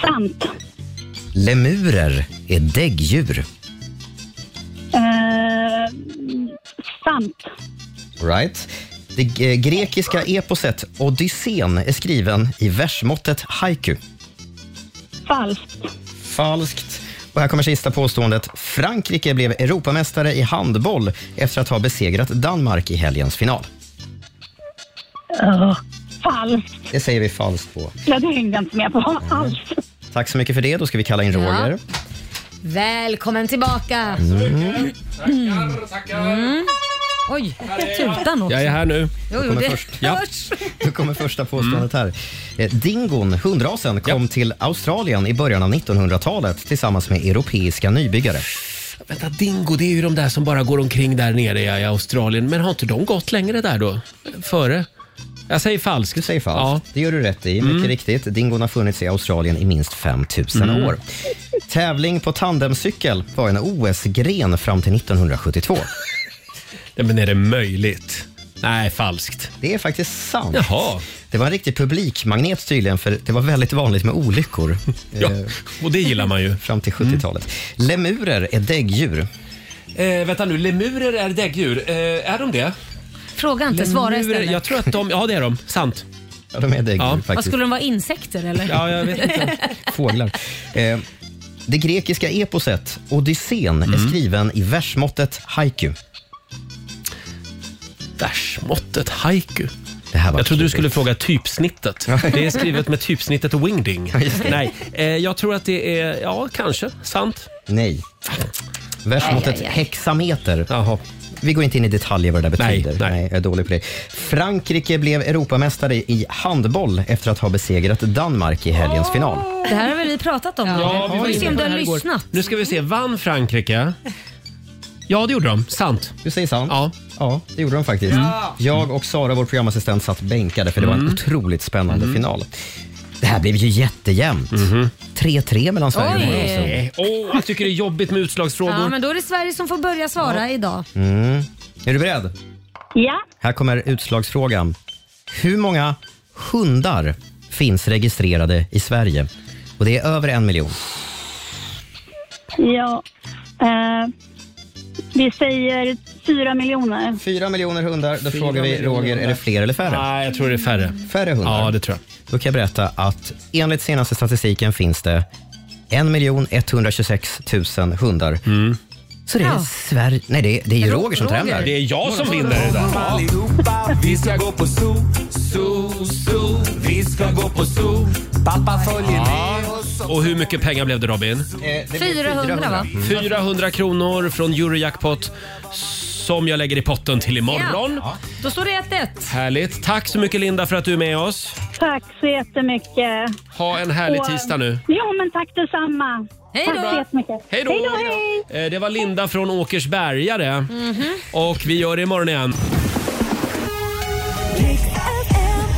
Sant. Lemurer är däggdjur. Eh, sant. Right. Det eh, grekiska eposet Odysseen är skriven i versmåttet haiku. Falskt. Falskt. Och här kommer sista påståendet. Frankrike blev Europamästare i handboll efter att ha besegrat Danmark i helgens final. Öh, falskt. Det säger vi falskt på. Ja, det hängde jag inte med på alls. Tack så mycket för det. Då ska vi kalla in Roger. Välkommen tillbaka. Mm. Tackar, tackar. Mm. Oj, tutan också. Jag är här nu. Jo, jo, Kommer det först. Ja. hörs. Nu kommer första påståendet här. Eh, Dingon, hundrasen, kom till Australien i början av 1900-talet tillsammans med europeiska nybyggare. Vänta, dingo, det är ju de där som bara går omkring där nere i i Australien. Men har inte de gått längre där då? Före? Jag säger falskt. Du säger falskt. Det gör du rätt i. Mycket riktigt. Dingon har funnits i Australien i minst 5000 Mm. år. Tävling på tandemcykel var en OS-gren fram till 1972. Ja, men är det möjligt? Nej, falskt. Det är faktiskt sant. Jaha. Det var en riktig publikmagnet tydligen, för det var väldigt vanligt med olyckor. Eh, Ja, och det gillar man ju. Fram till 70-talet. Lemurer är däggdjur. Eh, vänta nu, lemurer är däggdjur. Eh, är de det? Fråga inte, svara istället. jag tror att de... Ja, det är de. Sant. Ja, de är däggdjur Vad skulle de vara? Insekter eller? Ja, jag vet inte. Fåglar. Eh, det grekiska eposet Odysseen Mm. är skriven i versmåttet haiku. Versmåttet haiku? Det här var Jag trodde du klurigt. skulle fråga typsnittet. Det är skrivet med typsnittet wingding. just det. Nej, eh, jag tror att det är, ja kanske, sant. Nej. Versmåttet Aj, aj, aj. hexameter. Vi går inte in i detaljer vad det där Nej, betyder. Nej, jag är dålig på det. Frankrike blev Europamästare i handboll efter att ha besegrat Danmark i helgens final. Det här har väl vi pratat om? Ja, vi var får inne se på om du det har här igår. lyssnat. Nu ska vi se, vann Frankrike? Ja, det gjorde de. Sant. Du säger sant? Ja. Ja, det gjorde de faktiskt. Mm. Jag och Sara, vår programassistent, satt bänkade för det var en Mm. otroligt spännande Mm. Mm-hmm. final. Det här blev ju jättejämnt. 3-3 mellan Sverige och Norge. Nej. Åh, jag tycker det är jobbigt med utslagsfrågor. Ja, men då är det Sverige som får börja svara idag. Mm. Är du beredd? Ja. Här kommer utslagsfrågan. Hur många hundar finns registrerade i Sverige? Och Det är över en miljon. Ja. Eh, vi säger fyra miljoner. Fyra miljoner hundar. Då frågar vi Roger, är det fler eller färre? Nej, jag tror det är färre. Färre hundar? Ja, det tror jag. Då kan jag berätta att enligt senaste statistiken finns det 1 126 000 hundar. Så det är Ja. Sverige... Nej, det är, det är ju Roger som tävlar. Mm. Det är jag som vinner idag. Allihopa, vi ska gå på zoo, zoo, zoo. Vi ska gå på zoo. Pappa följer med. Och hur mycket pengar blev det Robin? blev 400 va? 400 kronor från Eurojackpot som jag lägger i potten till imorgon. Ja. Då står det 1-1. Härligt. Tack så mycket Linda för att du är med oss. Tack så jättemycket. Ha en härlig Och- tisdag nu. Ja, men tack detsamma. Hej tack då. så jättemycket. Hej då. Hej då, hej. Eh, Det var Linda från Åkersberga det. Mhm. Och vi gör det imorgon igen.